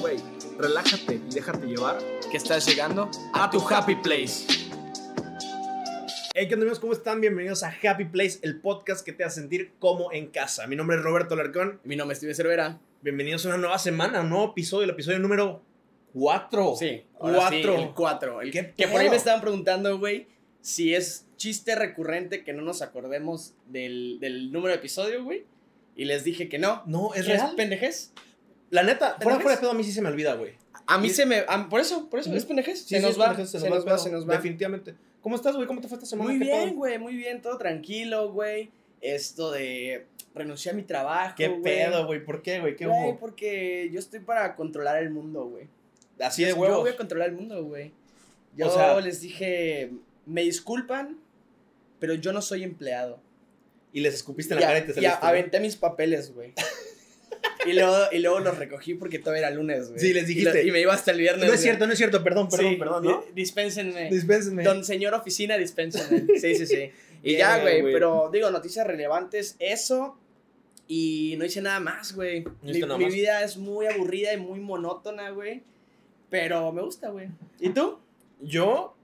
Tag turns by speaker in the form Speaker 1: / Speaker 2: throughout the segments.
Speaker 1: güey, relájate y déjate llevar que estás llegando a tu happy place.
Speaker 2: Hey, ¿qué onda amigos? ¿Cómo están? Bienvenidos a Happy Place, el podcast que te hace sentir como en casa. Mi nombre es Roberto Larcón.
Speaker 1: Mi nombre es Steven Cervera.
Speaker 2: Bienvenidos a una nueva semana, un nuevo episodio, el episodio número 4.
Speaker 1: Sí, ahora sí, el
Speaker 2: 4.
Speaker 1: 4. El
Speaker 2: ¿Qué
Speaker 1: que por ahí
Speaker 2: pedo?
Speaker 1: me estaban preguntando, güey, si es chiste recurrente que no nos acordemos del, del número de episodio, güey. Y les dije que no.
Speaker 2: No, es
Speaker 1: ¿Qué
Speaker 2: real.
Speaker 1: pendejez?
Speaker 2: La neta, fuera,
Speaker 1: ¿Pendejes?
Speaker 2: fuera de pedo a mí sí se me olvida, güey.
Speaker 1: A mí
Speaker 2: Y-
Speaker 1: se me. a- por eso, por eso,
Speaker 2: Ujú.
Speaker 1: es pendejez.
Speaker 2: Sí,
Speaker 1: se,
Speaker 2: sí,
Speaker 1: nos
Speaker 2: es
Speaker 1: va,
Speaker 2: pendejes,
Speaker 1: se, nos va,
Speaker 2: el
Speaker 1: se
Speaker 2: pedo,
Speaker 1: nos va.
Speaker 2: Definitivamente. ¿Cómo estás, güey? ¿Cómo te fue esta semana?
Speaker 1: Muy
Speaker 2: ¿Qué
Speaker 1: bien,
Speaker 2: pedo?
Speaker 1: güey, muy bien, todo tranquilo, güey. Esto de renunciar a mi trabajo.
Speaker 2: ¿Qué
Speaker 1: güey.
Speaker 2: pedo, güey? ¿Por qué, güey? ¿Qué
Speaker 1: Güey,
Speaker 2: hubo?
Speaker 1: porque yo estoy para controlar el mundo, güey.
Speaker 2: Así de
Speaker 1: Yo
Speaker 2: huevos.
Speaker 1: voy a controlar el mundo, güey. Yo
Speaker 2: O sea-
Speaker 1: les dije, me disculpan, pero yo no soy empleado.
Speaker 2: Y les escupiste en la
Speaker 1: Ya,
Speaker 2: cara y te
Speaker 1: ya
Speaker 2: saliste. ¿no?
Speaker 1: aventé mis papeles, güey. y, luego, y luego los recogí porque todavía era lunes, güey.
Speaker 2: Sí, les dijiste.
Speaker 1: Y, lo- y me iba hasta el viernes.
Speaker 2: No
Speaker 1: güey.
Speaker 2: es cierto, no es cierto. Perdón, perdón,
Speaker 1: Sí,
Speaker 2: perdón, ¿no?
Speaker 1: di- Dispénsenme.
Speaker 2: Dispénsenme.
Speaker 1: Don señor oficina, dispénsenme. Sí, sí, sí. Y ya,
Speaker 2: Verga,
Speaker 1: güey,
Speaker 2: güey.
Speaker 1: pero digo, noticias relevantes, eso. Y no hice nada más, güey. Mi,
Speaker 2: hiciste nada
Speaker 1: mi
Speaker 2: más.
Speaker 1: vida es muy aburrida y muy monótona, güey. Pero me gusta, güey. ¿Y tú?
Speaker 2: Yo,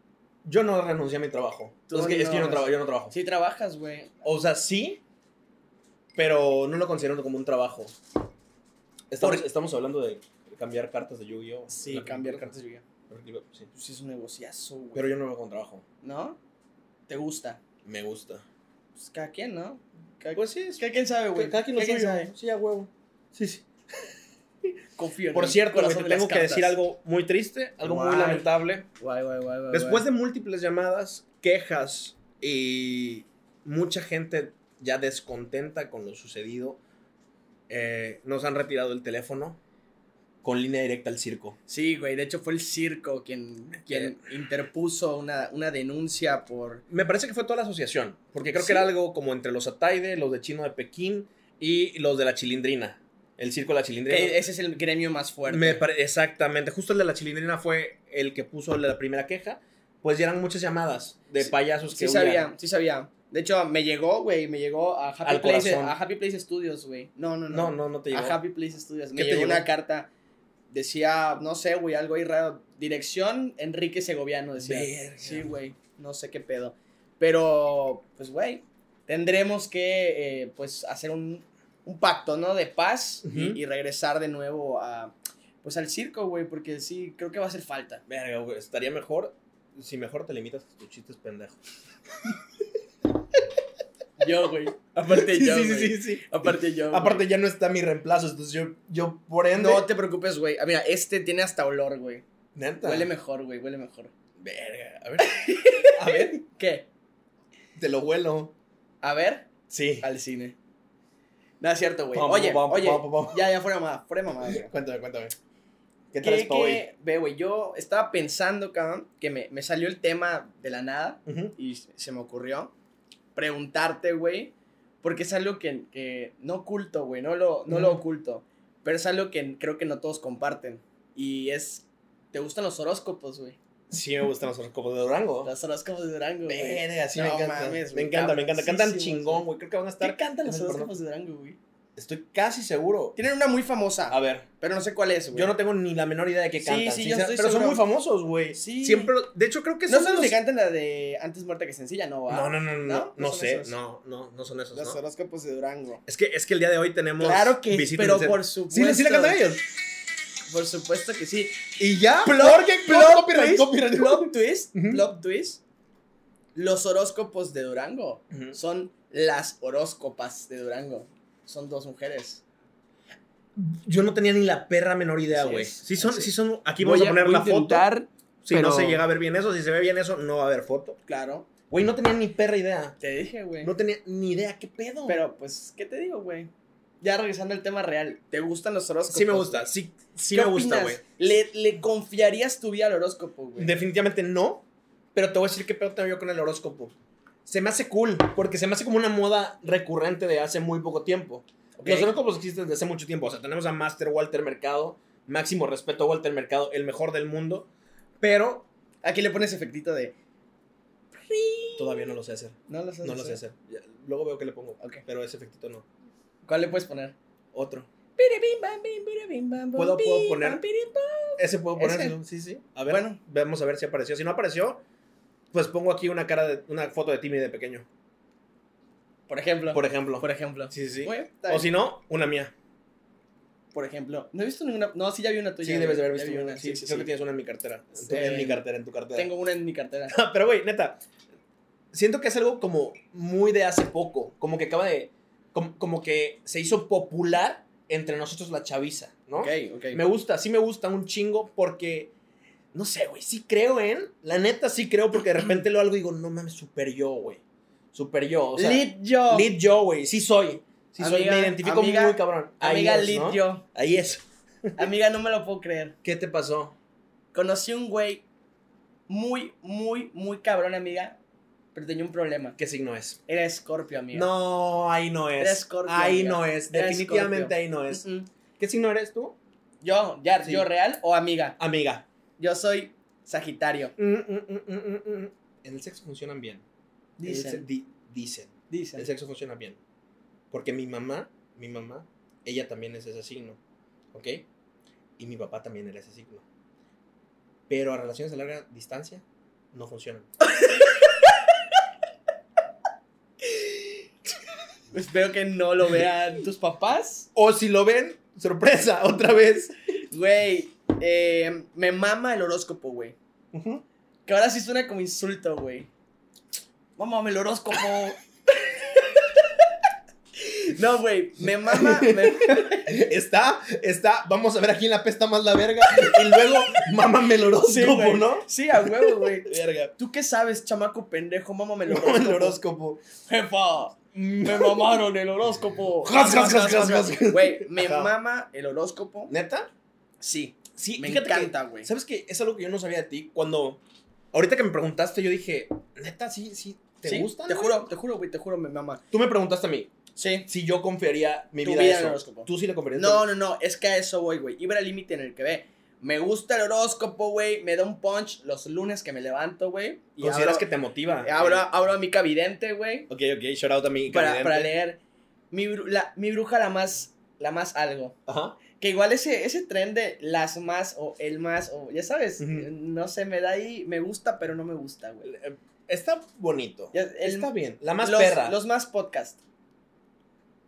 Speaker 2: yo no renuncié a mi trabajo.
Speaker 1: Tú
Speaker 2: es que, es que yo, no
Speaker 1: no.
Speaker 2: traba- yo no trabajo.
Speaker 1: Sí trabajas, güey.
Speaker 2: O sea, sí, pero no lo considero como un trabajo. Estamos,
Speaker 1: Por-
Speaker 2: estamos hablando de cambiar cartas de Yu-Gi-Oh.
Speaker 1: Sí,
Speaker 2: La-
Speaker 1: cambiar cartas de
Speaker 2: Sí.
Speaker 1: Pues es un negociazo, güey.
Speaker 2: Pero yo no lo veo con trabajo.
Speaker 1: ¿No? ¿Te gusta?
Speaker 2: Me gusta.
Speaker 1: Pues cada quien, ¿no? Cada,
Speaker 2: Pues sí, es
Speaker 1: cada quien sabe, güey.
Speaker 2: cada quien lo suyo.
Speaker 1: sabe.
Speaker 2: Sí, a huevo. Sí, sí.
Speaker 1: Confío en
Speaker 2: Por
Speaker 1: el
Speaker 2: cierto, güey,
Speaker 1: corazón
Speaker 2: te
Speaker 1: de las
Speaker 2: tengo que decir
Speaker 1: cartas.
Speaker 2: algo muy triste, algo muy
Speaker 1: Guay.
Speaker 2: lamentable.
Speaker 1: Guay, guay, guay, guay,
Speaker 2: Después
Speaker 1: guay.
Speaker 2: de múltiples llamadas, quejas y mucha gente ya descontenta con lo sucedido, eh, nos han retirado el teléfono con línea directa al circo.
Speaker 1: Sí, güey, de hecho fue el circo quien, quien interpuso una, una denuncia por...
Speaker 2: Me parece que fue toda la asociación, porque creo
Speaker 1: Sí.
Speaker 2: que era algo como entre los Ataide, los de Chino de Pekín y los de la Chilindrina. El circo de la Chilindrina.
Speaker 1: que ese es el gremio más fuerte.
Speaker 2: Me pare- exactamente, justo el de la Chilindrina fue el que puso la primera queja, pues ya eran muchas llamadas de
Speaker 1: Sí,
Speaker 2: payasos que
Speaker 1: sí
Speaker 2: huían.
Speaker 1: sabía, sí sabía. De hecho, me llegó, güey, me llegó a Happy,
Speaker 2: Al
Speaker 1: Place,
Speaker 2: corazón.
Speaker 1: a Happy Place Studios, güey. No, no, no.
Speaker 2: No, no, no te llegó.
Speaker 1: a Happy Place Studios.
Speaker 2: ¿Qué
Speaker 1: Me
Speaker 2: te
Speaker 1: llegó, una
Speaker 2: llegó?
Speaker 1: carta, decía, no sé, güey, algo ahí raro. Dirección Enrique Segoviano, decía.
Speaker 2: Verga.
Speaker 1: Sí, güey, no sé qué pedo. Pero, pues, güey, tendremos que, eh, pues, hacer un, un pacto, ¿no? De paz y-
Speaker 2: Ujú.
Speaker 1: y, regresar de nuevo a, pues, al circo, güey, porque sí, creo que va a hacer falta.
Speaker 2: Verga, güey, estaría mejor si mejor te limitas a tus chistes pendejos.
Speaker 1: Yo, güey. Aparte yo, güey.
Speaker 2: sí.
Speaker 1: Aparte yo. güey.
Speaker 2: Aparte ya no está mi reemplazo, entonces yo, yo por ende...
Speaker 1: No te preocupes, güey. Ah, Mira, este tiene hasta olor, güey.
Speaker 2: Neta.
Speaker 1: Huele mejor, güey, huele mejor.
Speaker 2: Verga, a ver. A ver,
Speaker 1: ¿Qué?
Speaker 2: te lo huelo.
Speaker 1: A ver.
Speaker 2: Sí.
Speaker 1: al cine. No es cierto, Ah, güey.
Speaker 2: Pam,
Speaker 1: Oye,
Speaker 2: pam,
Speaker 1: oye.
Speaker 2: pam, pam, pam.
Speaker 1: Ya, ya fuera de mamada, fuera de mamada. güey.
Speaker 2: Cuéntame, cuéntame.
Speaker 1: ¿Qué,
Speaker 2: ¿Qué traes para hoy?
Speaker 1: qué? Ve, güey, yo estaba pensando, cabrón, que me, me salió el tema de la nada
Speaker 2: Ujú.
Speaker 1: y se se me ocurrió preguntarte, güey, porque es algo que, que no oculto, güey, no, lo, no lo
Speaker 2: Ujú.
Speaker 1: oculto, pero es algo que creo que no todos comparten y es, ¿te gustan los horóscopos, güey?
Speaker 2: Sí me gustan los horóscopos de Durango.
Speaker 1: Los horóscopos de Durango, güey.
Speaker 2: Verga, sí me
Speaker 1: No
Speaker 2: encanta.
Speaker 1: mames,
Speaker 2: me
Speaker 1: güey,
Speaker 2: encanta, me encanta. Cantan
Speaker 1: cabroncísimos,
Speaker 2: chingón, güey. Creo que van a estar...
Speaker 1: ¿Qué cantan los
Speaker 2: Perdón.
Speaker 1: horóscopos de Durango, güey?
Speaker 2: Estoy casi seguro.
Speaker 1: Tienen una muy famosa,
Speaker 2: A ver,
Speaker 1: pero no sé cuál es, güey.
Speaker 2: yo no tengo ni la menor idea de qué
Speaker 1: Sí,
Speaker 2: cantan.
Speaker 1: sí, yo
Speaker 2: sincera-
Speaker 1: estoy
Speaker 2: pero son
Speaker 1: seguro.
Speaker 2: muy famosos, güey.
Speaker 1: Sí.
Speaker 2: Siempre... lo- De hecho, creo que
Speaker 1: No
Speaker 2: son
Speaker 1: son los
Speaker 2: los-
Speaker 1: que cantan la de Antes muerta que sencilla, no, va.
Speaker 2: No, no, no, no,
Speaker 1: Ah, ¿No?
Speaker 2: no,
Speaker 1: No
Speaker 2: no
Speaker 1: son
Speaker 2: sé,
Speaker 1: esos.
Speaker 2: no, no, no son esos,
Speaker 1: Los
Speaker 2: ¿no?
Speaker 1: horóscopos de Durango.
Speaker 2: Es que, es que el día de hoy tenemos
Speaker 1: Claro que sí,
Speaker 2: visitas
Speaker 1: pero
Speaker 2: en-
Speaker 1: por supuesto.
Speaker 2: Sí, sí la cantan ellos.
Speaker 1: Por supuesto que sí.
Speaker 2: Y ya,
Speaker 1: Ah, plot
Speaker 2: copyright,
Speaker 1: twist,
Speaker 2: copyright.
Speaker 1: plot twist,
Speaker 2: Ujú.
Speaker 1: plot twist. Los horóscopos de Durango
Speaker 2: Ujú.
Speaker 1: son las horóscopas de Durango. Son dos mujeres.
Speaker 2: Yo no tenía ni la perra menor idea,
Speaker 1: Así
Speaker 2: güey.
Speaker 1: es,
Speaker 2: Sí son,
Speaker 1: así es.
Speaker 2: sí son, aquí vamos a, poner la foto. Si
Speaker 1: pero-
Speaker 2: no se llega a ver bien eso, si se ve bien eso, no va a haber foto.
Speaker 1: Claro,
Speaker 2: Güey, no tenía ni perra idea.
Speaker 1: te dije, güey.
Speaker 2: No tenía ni idea, qué pedo.
Speaker 1: Pero pues, ¿qué te digo, güey? Ya regresando al tema real, ¿te gustan los horóscopos?
Speaker 2: sí me gusta, sí, sí
Speaker 1: ¿Qué
Speaker 2: me gusta, güey.
Speaker 1: opinas? ¿Le, le confiarías tu vida al horóscopo, güey?
Speaker 2: Definitivamente no, pero te voy a decir qué pedo tengo yo con el horóscopo. Se me hace cool, porque se me hace como una moda recurrente de hace muy poco tiempo.
Speaker 1: Ok.
Speaker 2: Los horóscopos existen desde hace mucho tiempo. O sea, tenemos a Master Walter Mercado, máximo respeto a Walter Mercado, el mejor del mundo, pero
Speaker 1: Aquí le pones efectito de.
Speaker 2: todavía no lo sé hacer.
Speaker 1: No lo sé.
Speaker 2: No lo sé hacer. Ya, Luego veo que le pongo,
Speaker 1: Ok.
Speaker 2: pero ese efectito no.
Speaker 1: ¿Cuál le puedes poner?
Speaker 2: Otro. Puedo-
Speaker 1: ¿Puedo,
Speaker 2: puedo poner- Ese puedo
Speaker 1: Ese.
Speaker 2: poner. Sí, sí. A ver,
Speaker 1: Bueno.
Speaker 2: vamos a ver si apareció. Si no apareció, pues pongo aquí una cara de una foto de Timmy de pequeño,
Speaker 1: Por ejemplo.
Speaker 2: por ejemplo.
Speaker 1: Por ejemplo.
Speaker 2: Sí, sí, sí.
Speaker 1: Muy bien, está
Speaker 2: O
Speaker 1: bien.
Speaker 2: si no, una mía.
Speaker 1: Por ejemplo. No he visto ninguna. No, sí, ya vi una tuya.
Speaker 2: Sí, debes de haber
Speaker 1: ya
Speaker 2: visto
Speaker 1: vi
Speaker 2: una. Sí, creo que tienes una en mi cartera. En, tu-
Speaker 1: Sí.
Speaker 2: en mi cartera, en tu cartera.
Speaker 1: Tengo una en mi cartera.
Speaker 2: Pero, güey, neta, siento que es algo como muy de hace poco. Como que acaba de. Como, como que se hizo popular entre nosotros la chaviza, ¿no?
Speaker 1: Ok, ok.
Speaker 2: Me gusta, sí me gusta un chingo porque. No sé, güey, sí creo en. La neta sí creo porque de repente leo algo y digo, no mames, super yo, güey. Super yo. O sea,
Speaker 1: Lead yo.
Speaker 2: lead yo, güey. Sí soy. Sí soy.
Speaker 1: Amiga,
Speaker 2: Me identifico
Speaker 1: amiga,
Speaker 2: muy cabrón. Ahí
Speaker 1: Amiga,
Speaker 2: es,
Speaker 1: lead
Speaker 2: ¿no?
Speaker 1: yo.
Speaker 2: Ahí es.
Speaker 1: Amiga, no me lo puedo creer.
Speaker 2: ¿Qué te pasó?
Speaker 1: Conocí un güey muy, muy, muy cabrón, amiga. Pero tenía un problema.
Speaker 2: ¿Qué signo es?
Speaker 1: Era escorpio, amiga.
Speaker 2: No, ahí no es.
Speaker 1: Era Scorpio,
Speaker 2: ahí
Speaker 1: amiga.
Speaker 2: no es.
Speaker 1: Era
Speaker 2: Definitivamente
Speaker 1: Scorpio.
Speaker 2: ahí no es.
Speaker 1: Mm-mm.
Speaker 2: ¿Qué signo eres tú?
Speaker 1: Mm, Yo, ya,
Speaker 2: Sí.
Speaker 1: yo real o amiga.
Speaker 2: Amiga.
Speaker 1: Yo soy Sagitario.
Speaker 2: Mm, mm, mm, mm, mm, mm. En el sexo funcionan bien. En el se-
Speaker 1: Dicen.
Speaker 2: di- dicen.
Speaker 1: Dicen.
Speaker 2: El sexo funciona bien. Porque mi mamá, mi mamá, ella también es ese signo. ¿Ok? Y mi papá también era ese signo. Pero a relaciones a larga distancia no funcionan.
Speaker 1: Espero que no lo vean tus papás.
Speaker 2: O si lo ven, sorpresa, otra vez.
Speaker 1: Güey, eh, me mama el horóscopo, güey.
Speaker 2: Ujú.
Speaker 1: Que ahora sí suena como insulto, güey. Mámame el horóscopo. no, güey, me mama. me-
Speaker 2: Está, está, vamos a ver aquí en la pesta más la verga. Y luego, mamá el
Speaker 1: Sí,
Speaker 2: horóscopo,
Speaker 1: güey.
Speaker 2: ¿no?
Speaker 1: Sí, a huevo, güey.
Speaker 2: Verga.
Speaker 1: ¿Tú qué sabes, chamaco pendejo? Mámame el
Speaker 2: Mámame el
Speaker 1: horóscopo.
Speaker 2: horóscopo.
Speaker 1: Jefa, me mamaron el horóscopo.
Speaker 2: Jas, jas, jas, jas, jas.
Speaker 1: Güey, me
Speaker 2: Ajá.
Speaker 1: mama el horóscopo.
Speaker 2: ¿Neta?
Speaker 1: Sí,
Speaker 2: Sí,
Speaker 1: me
Speaker 2: fíjate que-
Speaker 1: encanta, güey.
Speaker 2: ¿Sabes qué? Es algo que yo no sabía de ti. Cuando. Ahorita que me preguntaste, yo dije, neta, sí, sí, ¿te
Speaker 1: Sí,
Speaker 2: gusta?
Speaker 1: Te
Speaker 2: no?
Speaker 1: juro, te juro, güey, te juro, me mama.
Speaker 2: Tú me preguntaste a mí
Speaker 1: Sí.
Speaker 2: si yo confiaría mi
Speaker 1: Tu
Speaker 2: vida,
Speaker 1: vida
Speaker 2: a
Speaker 1: en
Speaker 2: eso.
Speaker 1: el horóscopo.
Speaker 2: Tú sí le confiarías.
Speaker 1: No, no, no, es que a eso voy, güey. Iba al límite en el que ve. Me gusta el horóscopo, güey. Me da un punch los lunes que me levanto, güey. Y
Speaker 2: Consideras
Speaker 1: abro,
Speaker 2: que te motiva.
Speaker 1: abro, abro a mi cabidente, güey.
Speaker 2: Ok, ok, shout out a mi
Speaker 1: Para,
Speaker 2: vidente.
Speaker 1: para leer. Mi, bru- la- mi bruja la más, la más algo.
Speaker 2: Ajá.
Speaker 1: Que igual ese, ese tren de las más o el más o, ya sabes,
Speaker 2: Ujú.
Speaker 1: no sé, me da ahí, me gusta, pero no me gusta, güey.
Speaker 2: Eh, Está bonito.
Speaker 1: Ya, el-
Speaker 2: Está bien. La más
Speaker 1: los,
Speaker 2: perra.
Speaker 1: Los más podcast.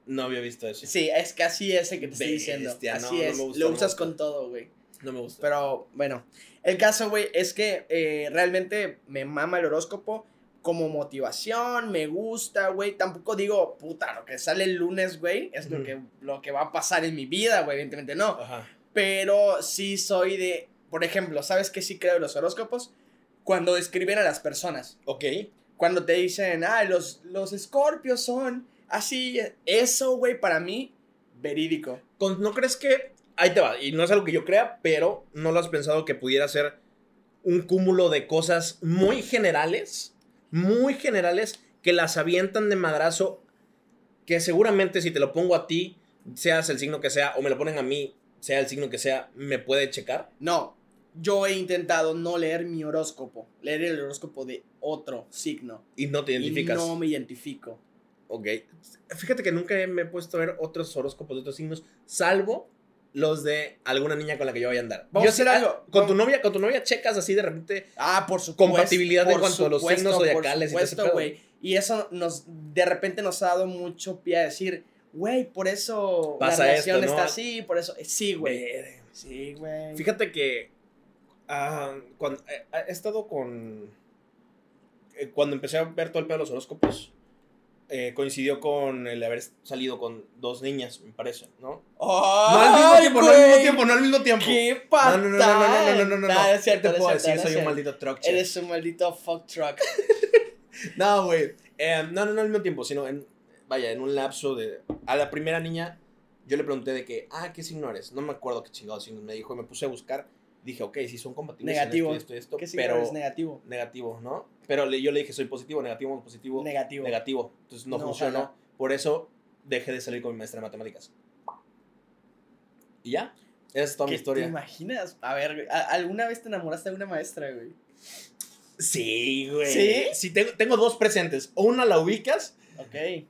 Speaker 2: No había visto eso.
Speaker 1: Sí, es que así es el que te estoy
Speaker 2: Bestia,
Speaker 1: diciendo.
Speaker 2: no,
Speaker 1: así
Speaker 2: no
Speaker 1: es.
Speaker 2: me gusta,
Speaker 1: Lo
Speaker 2: no me
Speaker 1: usas
Speaker 2: gusta.
Speaker 1: con todo, güey.
Speaker 2: No me gusta.
Speaker 1: Pero bueno, el caso, güey, es que eh, realmente me mama el horóscopo como motivación, me gusta, güey. Tampoco digo, puta, lo que sale el lunes, güey, es lo,
Speaker 2: Ujú.
Speaker 1: que, lo que va a pasar en mi vida, güey, evidentemente no.
Speaker 2: Ajá.
Speaker 1: Pero sí soy de, por ejemplo, ¿sabes qué sí creo en los horóscopos? Cuando describen a las personas.
Speaker 2: Ok.
Speaker 1: Cuando te dicen, ah, los, los escorpios son así. Eso, güey, para mí, verídico.
Speaker 2: Con- ¿No crees que.? Ahí te va. Y no es algo que yo crea, pero no lo has pensado que pudiera ser un cúmulo de cosas muy generales. Muy generales que las avientan de madrazo. Que seguramente si te lo pongo a ti, seas el signo que sea, o me lo ponen a mí, sea el signo que sea, me puede checar.
Speaker 1: No, yo he intentado no leer mi horóscopo, leer el horóscopo de otro signo.
Speaker 2: Y no te identificas.
Speaker 1: Y no me identifico.
Speaker 2: Ok. Fíjate que nunca me he puesto a ver otros horóscopos de otros signos, salvo los de alguna niña con la que yo vaya a andar.
Speaker 1: Vamos
Speaker 2: Yo
Speaker 1: a hacer
Speaker 2: sí-
Speaker 1: algo.
Speaker 2: Con tu novia, con tu novia checas así de repente
Speaker 1: Ah, por supuesto.
Speaker 2: Compatibilidad en
Speaker 1: por
Speaker 2: cuanto a los
Speaker 1: supuesto,
Speaker 2: signos zodiacales y
Speaker 1: Por
Speaker 2: todo ese
Speaker 1: supuesto,
Speaker 2: pedo.
Speaker 1: güey. Y eso nos, de repente nos ha dado mucho pie a decir, güey, por eso
Speaker 2: Pasa
Speaker 1: la relación
Speaker 2: esto, ¿no?
Speaker 1: está así, por eso. eh, Sí, güey.
Speaker 2: Ver.
Speaker 1: Sí, güey.
Speaker 2: Fíjate que ah, cuando, eh, he estado con... eh, cuando empecé a ver todo el pedo de los horóscopos, eh, coincidió con el haber salido con dos niñas, me parece, ¿no? No al mismo
Speaker 1: ¡Ay,
Speaker 2: tiempo, no al mismo
Speaker 1: güey!
Speaker 2: tiempo, no al mismo tiempo.
Speaker 1: ¡Qué
Speaker 2: No,
Speaker 1: patada!
Speaker 2: no, no, no, no, no, no, no, no,
Speaker 1: Nah,
Speaker 2: no.
Speaker 1: es cierto,
Speaker 2: ¿Qué te
Speaker 1: no es
Speaker 2: puedo
Speaker 1: cierto, no
Speaker 2: decir?
Speaker 1: es
Speaker 2: Soy un
Speaker 1: cierto.
Speaker 2: maldito truck. chef.
Speaker 1: Eres un maldito fuck truck.
Speaker 2: No, güey. Eh, no, no, no al mismo tiempo, sino en. Vaya, en un lapso de. A la primera niña, yo le pregunté de que, ah, ¿qué signo eres? No me acuerdo qué chingado signo me dijo. y Me puse a buscar. Dije, ok, sí son compatibles. en
Speaker 1: Negativo.
Speaker 2: Esto, y esto, y esto,
Speaker 1: ¿Qué signo
Speaker 2: pero
Speaker 1: eres negativo?
Speaker 2: negativo, ¿no? Pero le- yo le dije, soy positivo, negativo, positivo, negativo.
Speaker 1: Negativo.
Speaker 2: Entonces no,
Speaker 1: No,
Speaker 2: funcionó.
Speaker 1: ojalá.
Speaker 2: Por eso dejé de salir con mi maestra de matemáticas. Y ya. Esa es toda mi
Speaker 1: ¿Qué ¿Te
Speaker 2: historia.
Speaker 1: imaginas? A ver, güey, ¿a- ¿alguna vez te enamoraste de una maestra, güey?
Speaker 2: Sí, güey.
Speaker 1: ¿Sí?
Speaker 2: Sí, tengo, tengo dos presentes. O una la ubicas
Speaker 1: Ok.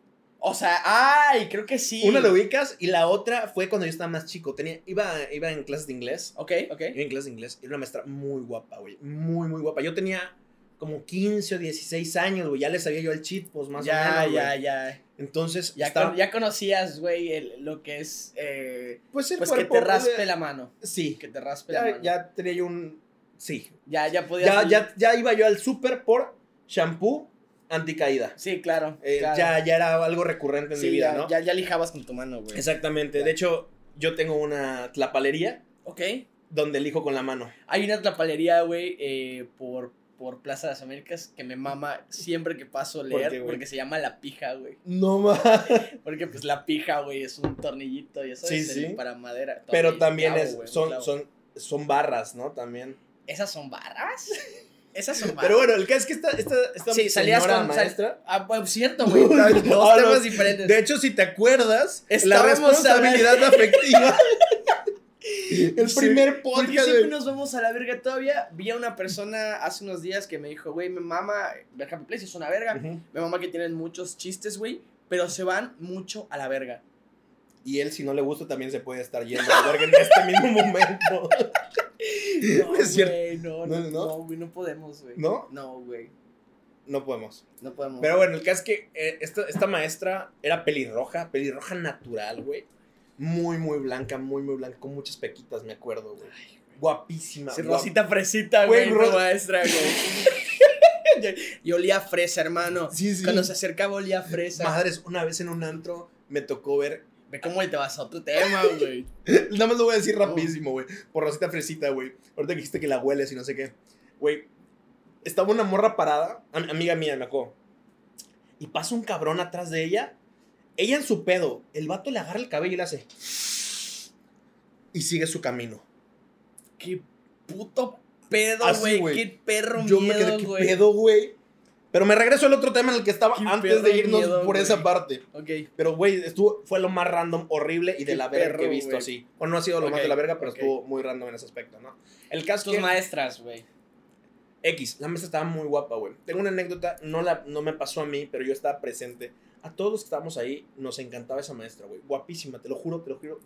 Speaker 1: O sea, ay, creo que sí.
Speaker 2: Una lo ubicas y la otra fue cuando yo estaba más chico. Tenía, iba, iba en clases de inglés.
Speaker 1: Ok, ok.
Speaker 2: Iba en clases de inglés. Era una maestra muy guapa, güey. Muy, muy guapa. Yo tenía como 15 o 16 años, güey. Ya le sabía yo el cheat, pues más o
Speaker 1: ya,
Speaker 2: menos.
Speaker 1: ya,
Speaker 2: güey.
Speaker 1: ya,
Speaker 2: Entonces,
Speaker 1: ya.
Speaker 2: estaba-
Speaker 1: con- ya conocías, güey, el- lo que es. eh,
Speaker 2: pues el
Speaker 1: pues que
Speaker 2: cuerpo,
Speaker 1: te
Speaker 2: güey,
Speaker 1: raspe la mano.
Speaker 2: Sí.
Speaker 1: Que te raspe la
Speaker 2: Ya,
Speaker 1: mano.
Speaker 2: ya tenía yo un. Sí.
Speaker 1: ya, ya podías.
Speaker 2: Ya, ya, ya iba yo al súper por shampoo anticaída.
Speaker 1: Sí, claro.
Speaker 2: Eh,
Speaker 1: claro.
Speaker 2: ya, ya era algo recurrente en
Speaker 1: Sí,
Speaker 2: mi vida,
Speaker 1: ya,
Speaker 2: ¿no?
Speaker 1: ya, ya lijabas con tu mano, güey.
Speaker 2: Exactamente.
Speaker 1: Ya.
Speaker 2: De hecho, yo tengo una tlapalería
Speaker 1: Ok.
Speaker 2: donde elijo con la mano.
Speaker 1: Hay una trapalería, güey, eh, por, por Plaza de las Américas que me mama siempre que paso a leer
Speaker 2: qué, güey?
Speaker 1: porque se llama La Pija, güey.
Speaker 2: No más.
Speaker 1: Porque pues la pija, güey, es un tornillito, ya sabes,
Speaker 2: Sí,
Speaker 1: el
Speaker 2: sí.
Speaker 1: para madera.
Speaker 2: Pero
Speaker 1: Tornillo,
Speaker 2: también
Speaker 1: clavo,
Speaker 2: es,
Speaker 1: güey, un
Speaker 2: son,
Speaker 1: clavo.
Speaker 2: son, son barras, ¿no? También.
Speaker 1: ¿Esas son barras? Esas son barras.
Speaker 2: Pero bueno, el caso es que esta, esta, esta
Speaker 1: Sí, salías
Speaker 2: señora
Speaker 1: con- sal-
Speaker 2: maestra.
Speaker 1: Ah, pues cierto, güey, dos
Speaker 2: No, no,
Speaker 1: temas diferentes.
Speaker 2: De hecho, si te acuerdas, la
Speaker 1: Estábamos
Speaker 2: responsabilidad afectiva. el
Speaker 1: Sí.
Speaker 2: primer
Speaker 1: Porque
Speaker 2: podcast.
Speaker 1: siempre
Speaker 2: de-
Speaker 1: nos vamos a la verga todavía. Vi a una persona hace unos días que me dijo, güey, me mama, Verga Place es una verga.
Speaker 2: Ujú.
Speaker 1: Me mama que tienen muchos chistes, güey, pero se van mucho a la verga.
Speaker 2: Y él, si no le gusta, también se puede estar yendo a la verga en este mismo momento.
Speaker 1: No,
Speaker 2: Es cierto.
Speaker 1: güey, no, no,
Speaker 2: No, no.
Speaker 1: no, güey, no podemos, güey.
Speaker 2: ¿No?
Speaker 1: No, güey,
Speaker 2: No podemos.
Speaker 1: no podemos.
Speaker 2: Pero bueno, el caso es que eh, esta, esta maestra era pelirroja, pelirroja natural, güey. Muy, muy blanca, muy, muy blanca, con muchas pequitas, me acuerdo, güey. Guapísima.
Speaker 1: Sí,
Speaker 2: guap-
Speaker 1: Rosita Fresita,
Speaker 2: Güey,
Speaker 1: güey, tu
Speaker 2: Ros-
Speaker 1: maestra, güey. Yo olía a fresa, hermano.
Speaker 2: Sí, sí.
Speaker 1: Cuando se acercaba olía a fresa.
Speaker 2: Madres, una vez en un antro me tocó ver.
Speaker 1: Ve cómo te vas a otro tema, güey.
Speaker 2: Nada más lo voy a decir rapidísimo, güey. Por Rosita Fresita, güey. Ahorita que dijiste que la hueles y no sé qué. Güey, estaba una morra parada, am- amiga mía, me acuerdo. Y pasa un cabrón atrás de ella. Ella en su pedo. El vato le agarra el cabello y le hace. Y sigue su camino.
Speaker 1: Qué puto pedo,
Speaker 2: Así,
Speaker 1: güey.
Speaker 2: güey.
Speaker 1: Qué perro
Speaker 2: Yo me
Speaker 1: miedo,
Speaker 2: quedé, ¿qué
Speaker 1: güey.
Speaker 2: pedo, güey? Pero me regreso al otro tema en el que estaba
Speaker 1: Qué
Speaker 2: antes de
Speaker 1: perro
Speaker 2: irnos
Speaker 1: miedo,
Speaker 2: por esa
Speaker 1: güey.
Speaker 2: parte.
Speaker 1: Ok.
Speaker 2: Pero, güey, estuvo, fue lo más random, horrible y de
Speaker 1: Qué
Speaker 2: la verga que he
Speaker 1: perro,
Speaker 2: visto
Speaker 1: güey.
Speaker 2: así. O no ha sido lo más
Speaker 1: Ok,
Speaker 2: de la verga, pero
Speaker 1: ok.
Speaker 2: estuvo muy random en ese aspecto, ¿no? El caso
Speaker 1: Tus
Speaker 2: es que,
Speaker 1: maestras, güey.
Speaker 2: X, la mesa estaba muy guapa, güey. Tengo una anécdota, no, la, no me pasó a mí, pero yo estaba presente. A todos los que estábamos ahí, nos encantaba esa maestra, güey. Guapísima, te lo juro, te lo juro.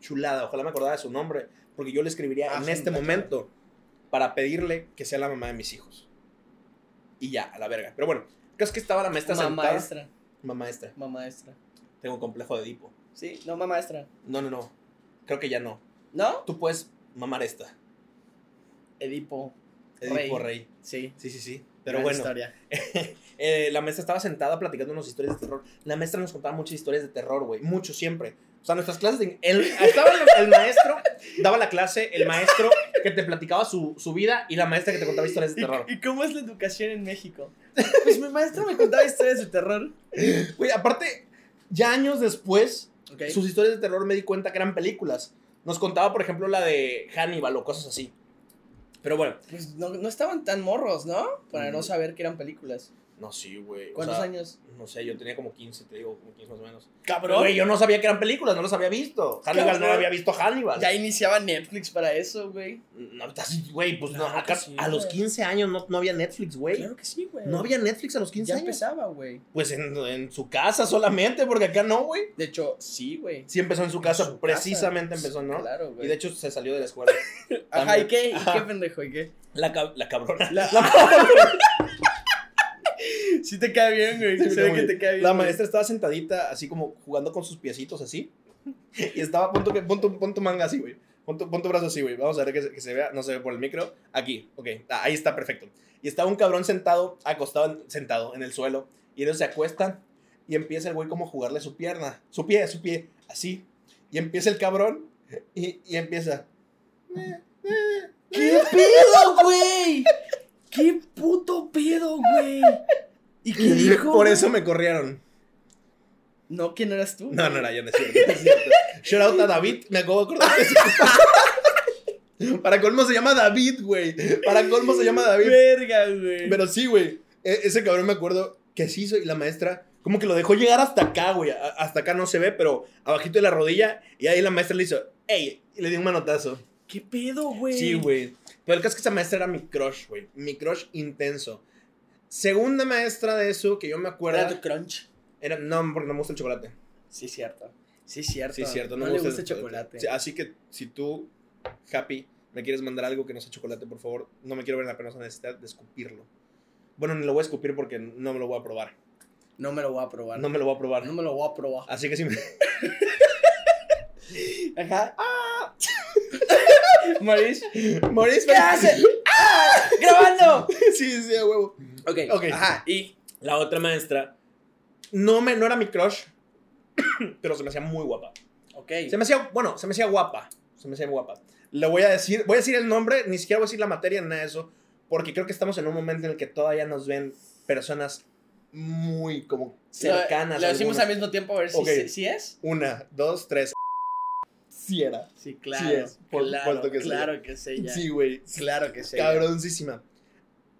Speaker 2: Chulada, ojalá me acordara de su nombre, porque yo le escribiría
Speaker 1: Ah,
Speaker 2: en
Speaker 1: sí,
Speaker 2: este
Speaker 1: me
Speaker 2: momento para pedirle que sea la mamá de mis hijos. Y ya, a la verga. Pero bueno, el caso es que estaba la maestra
Speaker 1: Mamá
Speaker 2: sentada.
Speaker 1: maestra.
Speaker 2: Mamá maestra.
Speaker 1: Mamá maestra.
Speaker 2: Tengo un complejo de Edipo.
Speaker 1: Sí, no, mamá maestra.
Speaker 2: No, no, no. Creo que ya no.
Speaker 1: ¿No?
Speaker 2: Tú puedes mamar esta.
Speaker 1: Edipo.
Speaker 2: Edipo
Speaker 1: Rey.
Speaker 2: Rey.
Speaker 1: Sí.
Speaker 2: Sí, sí, sí. Pero
Speaker 1: gran
Speaker 2: bueno,
Speaker 1: historia.
Speaker 2: eh, la maestra estaba sentada platicando unas historias de terror. La maestra nos contaba muchas historias de terror, güey. Mucho siempre. O sea, nuestras clases de... El, estaba el, el maestro, daba la clase, el maestro que te platicaba su, su vida y la maestra que te contaba historias de terror.
Speaker 1: ¿Y, y cómo es la educación en México? Pues mi maestra me contaba historias de terror.
Speaker 2: Güey, aparte, ya años después,
Speaker 1: Ok.
Speaker 2: sus historias de terror me di cuenta que eran películas. Nos contaba, por ejemplo, la de Hannibal o cosas así. Pero bueno.
Speaker 1: Pues no, no estaban tan morros, ¿no? Para no
Speaker 2: Mm.
Speaker 1: saber que eran películas.
Speaker 2: No, sí, güey. o
Speaker 1: ¿Cuántos
Speaker 2: sea,
Speaker 1: años?
Speaker 2: No sé, yo tenía como 15, te digo, como 15 más o menos. Pero,
Speaker 1: Cabrón.
Speaker 2: güey, yo no sabía que eran películas, no los había visto. Hannibal
Speaker 1: Cabrón.
Speaker 2: no había visto Hannibal.
Speaker 1: Ya iniciaba Netflix para eso, güey.
Speaker 2: No, estás- güey, pues
Speaker 1: Claro
Speaker 2: no, acá-
Speaker 1: que sí,
Speaker 2: a los
Speaker 1: güey.
Speaker 2: 15 años no, no había Netflix, güey.
Speaker 1: Claro que sí, güey.
Speaker 2: No había Netflix a los 15
Speaker 1: Ya
Speaker 2: años.
Speaker 1: empezaba, güey.
Speaker 2: Pues en, en su casa solamente, porque acá no, güey.
Speaker 1: De hecho, sí, güey.
Speaker 2: Sí empezó en su
Speaker 1: En
Speaker 2: casa,
Speaker 1: su
Speaker 2: precisamente
Speaker 1: casa.
Speaker 2: empezó, ¿no?
Speaker 1: Claro,
Speaker 2: y
Speaker 1: güey.
Speaker 2: de hecho se salió de la escuela.
Speaker 1: Ajá, ¿y qué? ¿Y
Speaker 2: Ajá.
Speaker 1: qué pendejo? ¿Y qué?
Speaker 2: La, cab- la cabrona.
Speaker 1: La- Sí te cae bien, güey.
Speaker 2: Sí,
Speaker 1: Se ve
Speaker 2: muy
Speaker 1: que te
Speaker 2: bien.
Speaker 1: cae bien.
Speaker 2: La
Speaker 1: güey.
Speaker 2: maestra estaba sentadita, así como jugando con sus piecitos, así. Y estaba, pon tu, pon tu- pon tu manga así, güey. Pon tu, pon tu brazo así, güey. Vamos a ver que se, que se vea. No se ve por el micro. Aquí, ok. Ah, ahí está, perfecto. Y estaba un cabrón sentado, acostado, en- sentado en el suelo. Y ellos se acuestan y empieza el güey como a jugarle su pierna. Su pie, su pie, así. Y empieza el cabrón y, y empieza.
Speaker 1: ¿Qué pedo, güey? ¿Qué puto pedo, güey? ¿Y qué dijo?
Speaker 2: Por
Speaker 1: güey?
Speaker 2: eso me corrieron.
Speaker 1: No, que no eras tú.
Speaker 2: No,
Speaker 1: güey.
Speaker 2: no era, ya no es cierto. no es cierto. Shout out a David, me acabo de acordar que sí. Para colmo se llama David, güey. Para colmo se llama David.
Speaker 1: Verga, güey.
Speaker 2: Pero sí, güey. e- Ese cabrón me acuerdo que sí soy la maestra. Como que lo dejó llegar hasta acá, güey. a- Hasta acá no se ve, pero abajito de la rodilla. Y ahí la maestra le hizo, ¡Ey! Y le dio un manotazo.
Speaker 1: ¿Qué pedo, güey?
Speaker 2: Sí, güey. Pero el caso es que esa maestra era mi crush, güey. Mi crush intenso. Segunda maestra de eso que yo me acuerdo.
Speaker 1: Era tu crunch.
Speaker 2: Era, no, porque no me gusta el chocolate.
Speaker 1: Sí, cierto. Sí, cierto.
Speaker 2: Sí, cierto.
Speaker 1: No,
Speaker 2: me
Speaker 1: le gusta el chocolate.
Speaker 2: Sí, ah. así que si tú, Happy, me quieres mandar algo que no sea chocolate, por favor, no me quiero ver en la penosa necesidad de escupirlo. Bueno, ni lo voy a escupir porque no me lo voy a probar.
Speaker 1: No me lo voy a probar.
Speaker 2: No me lo voy a probar.
Speaker 1: No me lo voy a probar.
Speaker 2: Así que si me...
Speaker 1: Ajá. ¡Ah! Maurice,
Speaker 2: Maurice,
Speaker 1: ¿qué hace? ¡Ah! ¡Grabando!
Speaker 2: sí, sí, a huevo.
Speaker 1: Ok,
Speaker 2: Ok.
Speaker 1: Ajá, y.
Speaker 2: La otra maestra no, me, no era mi crush, pero se me hacía muy guapa.
Speaker 1: Ok.
Speaker 2: Se me hacía, bueno, se me hacía guapa. Se me hacía guapa. Le voy a decir, voy a decir el nombre, ni siquiera voy a decir la materia, nada de eso, porque creo que estamos en un momento en el que todavía nos ven personas muy como cercanas.
Speaker 1: Lo, lo decimos al
Speaker 2: algunas.
Speaker 1: mismo tiempo a ver si,
Speaker 2: Ok.
Speaker 1: si, si es.
Speaker 2: Una, dos, tres. Sí era.
Speaker 1: Sí,
Speaker 2: claro, Sí es, por claro, supuesto que sí. claro
Speaker 1: que
Speaker 2: Sí, güey. sí,
Speaker 1: Claro que sí.
Speaker 2: Cabroncísima.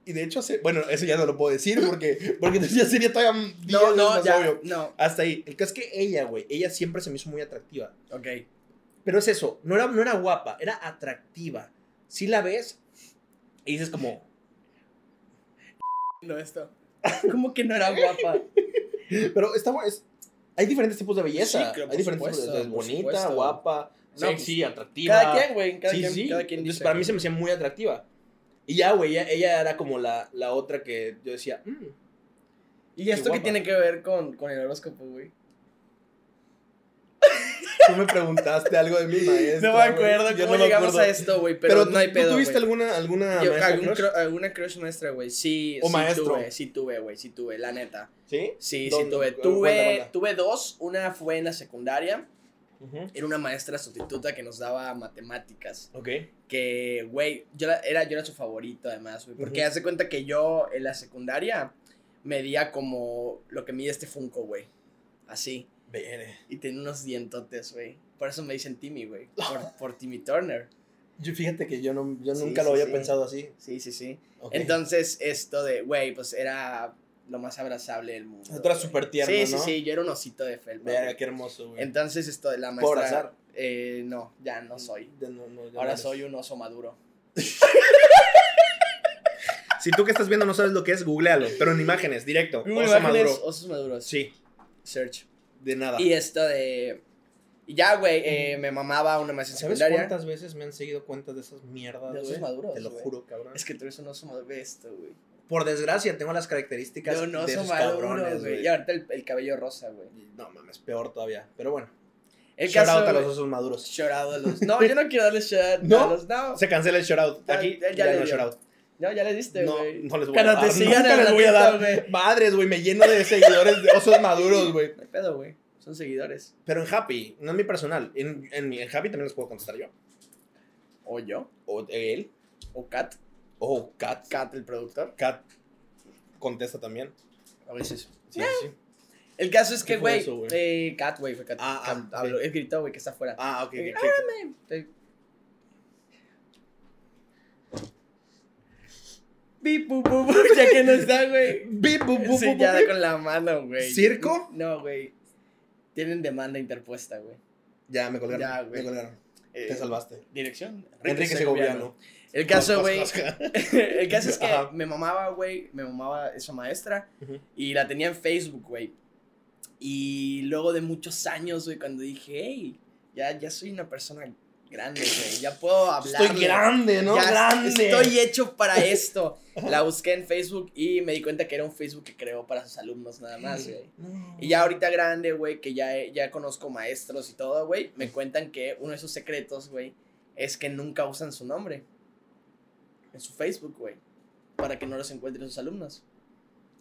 Speaker 2: Y de hecho, se- bueno, eso ya no lo puedo decir porque, porque entonces ya sería todavía diez
Speaker 1: No,
Speaker 2: veces
Speaker 1: no,
Speaker 2: más
Speaker 1: ya.
Speaker 2: obvio.
Speaker 1: No.
Speaker 2: Hasta ahí. El caso es que ella, güey, ella siempre se me hizo muy atractiva.
Speaker 1: Ok.
Speaker 2: Pero es eso, no era, no era guapa, era atractiva. Si la ves y dices como,
Speaker 1: No, esto. ¿Cómo que no era guapa?
Speaker 2: pero está bu- es- hay diferentes tipos de belleza.
Speaker 1: Sí, claro,
Speaker 2: hay
Speaker 1: por
Speaker 2: diferentes
Speaker 1: supuesto,
Speaker 2: tipos de
Speaker 1: por
Speaker 2: Bonita,
Speaker 1: supuesto.
Speaker 2: guapa,
Speaker 1: No,
Speaker 2: sexy, atractiva.
Speaker 1: Cada quien, güey. Cada
Speaker 2: sí,
Speaker 1: quien,
Speaker 2: sí.
Speaker 1: Cada quien
Speaker 2: Entonces,
Speaker 1: dice.
Speaker 2: para mí se me hacía muy atractiva. Y ya, güey, ella, ella era como la, la otra que yo decía, "Mm,
Speaker 1: ¿Y esto qué
Speaker 2: Qué guapa.
Speaker 1: tiene que ver con, con el horóscopo, güey?
Speaker 2: tú me preguntaste algo de mi maestra.
Speaker 1: No me acuerdo
Speaker 2: güey. Yo
Speaker 1: cómo
Speaker 2: no me
Speaker 1: llegamos
Speaker 2: acuerdo.
Speaker 1: a esto, güey. Pero,
Speaker 2: Pero,
Speaker 1: no
Speaker 2: tú-
Speaker 1: hay pedo.
Speaker 2: ¿tú tuviste
Speaker 1: güey.
Speaker 2: alguna, alguna
Speaker 1: Yo-
Speaker 2: maestra
Speaker 1: algún
Speaker 2: crush?
Speaker 1: cru- alguna crush nuestra, güey. Sí,
Speaker 2: O
Speaker 1: sí
Speaker 2: maestro.
Speaker 1: tuve, sí tuve, güey, sí tuve, la neta.
Speaker 2: ¿Sí?
Speaker 1: Sí, sí
Speaker 2: ¿Dónde?
Speaker 1: tuve.
Speaker 2: Cuenta,
Speaker 1: Tuve,
Speaker 2: cuenta.
Speaker 1: tuve dos. Una fue en la secundaria.
Speaker 2: Ujú.
Speaker 1: Era una maestra sustituta que nos daba matemáticas.
Speaker 2: Ok.
Speaker 1: que, güey, yo la- era, yo era su favorito además, güey. Porque
Speaker 2: Ujú.
Speaker 1: hace cuenta que yo en la secundaria medía como lo que mide este Funko, güey. Así.
Speaker 2: Bene.
Speaker 1: Y tenía unos dientotes, güey. Por eso me dicen Timmy, güey. Por, por Timmy Turner.
Speaker 2: Yo, fíjate que yo, no, yo
Speaker 1: Sí,
Speaker 2: nunca lo
Speaker 1: sí,
Speaker 2: había
Speaker 1: sí.
Speaker 2: pensado así.
Speaker 1: Sí, sí, sí.
Speaker 2: Ok.
Speaker 1: Entonces, esto de, güey, pues era lo más abrazable del mundo.
Speaker 2: Tú eras
Speaker 1: güey.
Speaker 2: súper tierno,
Speaker 1: Sí, sí,
Speaker 2: ¿no?
Speaker 1: sí. Yo era un osito de felpa.
Speaker 2: Verga,
Speaker 1: güey.
Speaker 2: qué hermoso, güey.
Speaker 1: Entonces, esto de la maestra.
Speaker 2: Por azar. Mm,
Speaker 1: Eh, no, ya no soy.
Speaker 2: Ya no- no, ya no
Speaker 1: Ahora
Speaker 2: eres.
Speaker 1: soy un oso maduro.
Speaker 2: Si tú que estás viendo no sabes lo que es, googlealo. Pero en imágenes, directo. Oso
Speaker 1: Imágenes,
Speaker 2: Maduro.
Speaker 1: Osos maduros.
Speaker 2: Sí, Ah.
Speaker 1: Search.
Speaker 2: de nada.
Speaker 1: Y esto de. Y ya, güey, eh, me mamaba una maestra en
Speaker 2: Mm. ¿Sabes
Speaker 1: secundaria.
Speaker 2: cuántas veces me han seguido cuentas de esas mierdas,
Speaker 1: De osos
Speaker 2: güey?
Speaker 1: maduros,
Speaker 2: Te lo
Speaker 1: güey.
Speaker 2: juro, cabrón.
Speaker 1: Es que tú eres un oso maduro de esto, güey.
Speaker 2: Por desgracia, tengo las características
Speaker 1: Yo
Speaker 2: de,
Speaker 1: un oso
Speaker 2: esos
Speaker 1: maduro,
Speaker 2: cabrones,
Speaker 1: güey.
Speaker 2: güey.
Speaker 1: Y ahorita el, el cabello rosa, güey.
Speaker 2: No mames, peor todavía. Pero bueno.
Speaker 1: El
Speaker 2: shout
Speaker 1: caso.
Speaker 2: out a los
Speaker 1: güey,
Speaker 2: osos maduros.
Speaker 1: shout out a los. No, yo no quiero darle shout out
Speaker 2: ¿No?
Speaker 1: a los. No,
Speaker 2: Se cancela el shout out.
Speaker 1: Ya-
Speaker 2: Aquí
Speaker 1: ya-
Speaker 2: ya,
Speaker 1: ya le
Speaker 2: no hay
Speaker 1: dio.
Speaker 2: shout out.
Speaker 1: no, ya le diste,
Speaker 2: No,
Speaker 1: güey.
Speaker 2: no les voy a
Speaker 1: Cuando
Speaker 2: dar.
Speaker 1: te sigan
Speaker 2: nunca
Speaker 1: al
Speaker 2: les voy a
Speaker 1: ratito,
Speaker 2: dar.
Speaker 1: güey.
Speaker 2: Madres, güey, me lleno de seguidores de osos maduros, güey.
Speaker 1: No hay pedo, güey. Son seguidores.
Speaker 2: Pero en Happy, no en mi personal, en, en, mi- en Happy también les puedo contestar yo.
Speaker 1: O yo.
Speaker 2: O él.
Speaker 1: O Kat.
Speaker 2: O Kat.
Speaker 1: Kat, el productor.
Speaker 2: Kat contesta también.
Speaker 1: A veces.
Speaker 2: Sí, sí.
Speaker 1: El caso es que,
Speaker 2: ¿Qué fue
Speaker 1: güey.
Speaker 2: eso, güey?
Speaker 1: Eh, Kat, güey. Fue Kat.
Speaker 2: Ah,
Speaker 1: Kat
Speaker 2: ah,
Speaker 1: habló.
Speaker 2: ok.
Speaker 1: Él gritó, güey, que está afuera.
Speaker 2: Ah, ok.
Speaker 1: Eh,
Speaker 2: ok, ok.
Speaker 1: Te- Bip, bu, bu, bu, ya que no está, güey.
Speaker 2: Bip, bu, bu, bu,
Speaker 1: Sí,
Speaker 2: bu,
Speaker 1: ya
Speaker 2: bip.
Speaker 1: con la mano, güey.
Speaker 2: ¿Circo?
Speaker 1: No, güey. Tienen demanda interpuesta, güey.
Speaker 2: Ya, me colgaron.
Speaker 1: Ya, güey.
Speaker 2: me colgaron.
Speaker 1: Eh,
Speaker 2: Te salvaste.
Speaker 1: Dirección.
Speaker 2: Enrique Segoviano.
Speaker 1: El caso, güey. El caso es que
Speaker 2: Ajá.
Speaker 1: me mamaba, güey. Me mamaba esa maestra.
Speaker 2: Ujú.
Speaker 1: Y la tenía en Facebook, güey. Y luego de muchos años, güey, cuando dije, hey, ya, ya soy una persona grande, güey. Ya puedo hablar.
Speaker 2: Estoy grande, ¿no?
Speaker 1: Ya
Speaker 2: grande.
Speaker 1: Estoy hecho para esto. La busqué en Facebook y me di cuenta que era un Facebook que creó para sus alumnos nada más, güey.
Speaker 2: No.
Speaker 1: Y ya ahorita grande, güey, que ya, he- ya conozco maestros y todo, güey, me cuentan que uno de sus secretos, güey, es que nunca usan su nombre en su Facebook, güey, para que no los encuentren sus alumnos.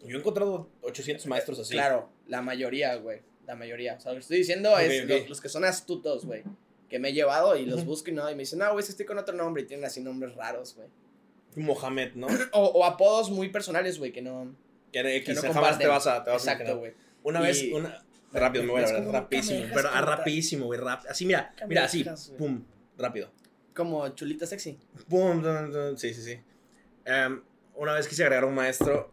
Speaker 2: Yo he encontrado 800 maestros así.
Speaker 1: Claro, la mayoría, güey, la mayoría. O sea, lo que estoy diciendo
Speaker 2: Ok,
Speaker 1: es
Speaker 2: ok.
Speaker 1: Los, los que son astutos, güey, que me he llevado y los
Speaker 2: Ujú.
Speaker 1: busco y no, y me dicen, no, güey, es que estoy con otro nombre y tienen así nombres raros, güey.
Speaker 2: Mohamed, ¿no?
Speaker 1: O, o apodos muy personales, güey, que no.
Speaker 2: Que era X,
Speaker 1: no
Speaker 2: jamás te
Speaker 1: comparten.
Speaker 2: vas a, te vas a imaginar.
Speaker 1: Exacto, güey.
Speaker 2: Una vez,
Speaker 1: Y-
Speaker 2: una. Rápido, me voy a
Speaker 1: Es
Speaker 2: hablar.
Speaker 1: como
Speaker 2: Rapidísimo.
Speaker 1: nunca me
Speaker 2: Pero
Speaker 1: dejas
Speaker 2: ah,
Speaker 1: contar.
Speaker 2: rapidísimo, güey. rap- así, mira,
Speaker 1: Nunca me
Speaker 2: mira, así.
Speaker 1: dejas, güey.
Speaker 2: Pum. Rápido.
Speaker 1: Como chulita sexy.
Speaker 2: Pum. dun, dun, Sí, sí, sí. Em, una vez quise agregar a un maestro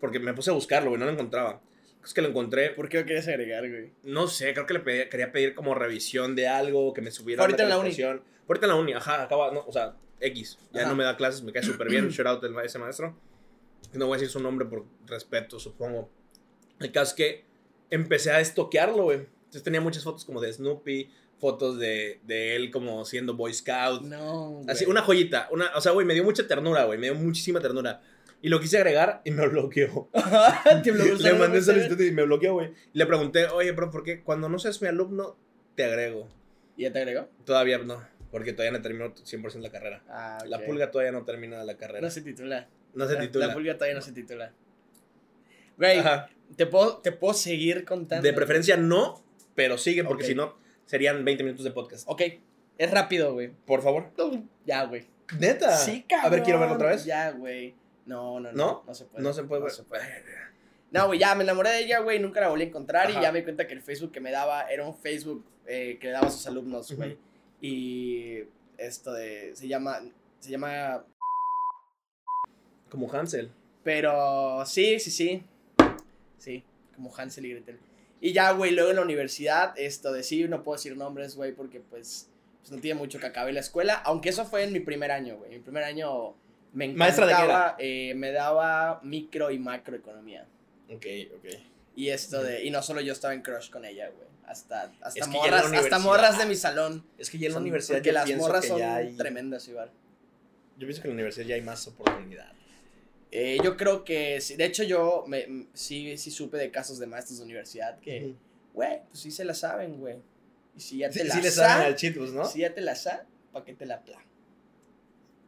Speaker 2: porque me puse a buscarlo, güey. No lo encontraba. Es que lo encontré.
Speaker 1: ¿Por qué lo quieres agregar, güey?
Speaker 2: No sé, creo que le pedí- quería pedir como revisión de algo, que me subiera
Speaker 1: Ahorita en la uni.
Speaker 2: calificación. Ahorita en la uni, ajá, acaba, no, o sea, X. Ya
Speaker 1: Ajá.
Speaker 2: no me da clases, me cae súper bien. Shout out del- a ese maestro. No voy a decir su nombre por respeto, supongo. El caso es que empecé a estoquearlo, güey. Entonces tenía muchas fotos como de Snoopy, fotos de, de él como siendo Boy Scout.
Speaker 1: No, güey.
Speaker 2: Así, una joyita. Una, o sea, güey, me dio mucha ternura, güey. Me dio muchísima ternura. Y lo quise agregar y me bloqueó.
Speaker 1: Te bloqueó
Speaker 2: Le mandé
Speaker 1: solamente.
Speaker 2: solicitud y me bloqueó, güey. Le pregunté, oye, pero ¿por qué cuando no seas mi alumno te agrego?
Speaker 1: ¿Y ya te agregó?
Speaker 2: Todavía no, porque todavía no terminó 100% la carrera.
Speaker 1: Ah, ok.
Speaker 2: La pulga todavía no termina la carrera.
Speaker 1: No
Speaker 2: No se,
Speaker 1: se titula. La-
Speaker 2: titula.
Speaker 1: La pulga todavía no se titula. Güey,
Speaker 2: Ajá.
Speaker 1: te puedo, te puedo seguir contando.
Speaker 2: De preferencia no, pero sigue, porque
Speaker 1: Ok.
Speaker 2: si no serían 20 minutos de podcast.
Speaker 1: Ok, es rápido, güey.
Speaker 2: Por favor.
Speaker 1: Ya, güey.
Speaker 2: Neta.
Speaker 1: Sí, cabrón.
Speaker 2: Ah, A ver, quiero verlo otra vez.
Speaker 1: Ya, güey. No, no, no.
Speaker 2: ¿No?
Speaker 1: No, se puede.
Speaker 2: No se puede.
Speaker 1: No, No, güey, ya me enamoré de ella, güey. Nunca la volví a encontrar
Speaker 2: Ajá.
Speaker 1: y ya me di cuenta que el Facebook que me daba era un Facebook eh, que le daba a sus alumnos, güey.
Speaker 2: Ujú.
Speaker 1: Y esto de. Se llama. Se llama.
Speaker 2: Como Hansel.
Speaker 1: Pero sí, sí, sí. Sí, como Hansel y Gretel. Y ya, güey, luego en la universidad, esto de sí, no puedo decir nombres, güey, porque pues, pues no tiene mucho que acabe la escuela. Aunque eso fue en mi primer año, güey. Mi primer año me
Speaker 2: ¿Maestra de qué era?
Speaker 1: encantaba, eh, me daba micro y macroeconomía.
Speaker 2: Ok, ok.
Speaker 1: Y esto de. Y no solo yo estaba en crush con ella, güey. Hasta, hasta,
Speaker 2: Es que ya en
Speaker 1: morras,
Speaker 2: la
Speaker 1: hasta
Speaker 2: universidad-
Speaker 1: morras de mi salón.
Speaker 2: Es que ya en la
Speaker 1: Son-
Speaker 2: universidad
Speaker 1: Porque
Speaker 2: yo
Speaker 1: las
Speaker 2: pienso
Speaker 1: morras
Speaker 2: que
Speaker 1: son
Speaker 2: ya hay...
Speaker 1: tremendas, igual.
Speaker 2: Yo pienso que en la universidad ya hay más oportunidad.
Speaker 1: Eh, yo creo que. sí, De hecho, yo me, m- sí, sí supe de casos de maestros de universidad que.
Speaker 2: Ujú.
Speaker 1: Güey, pues sí se la saben, güey. Y si ya te
Speaker 2: Sí,
Speaker 1: la
Speaker 2: sí le saben
Speaker 1: saben.
Speaker 2: al chitus, ¿no?
Speaker 1: Si ya te la saben, ¿para qué te la plan?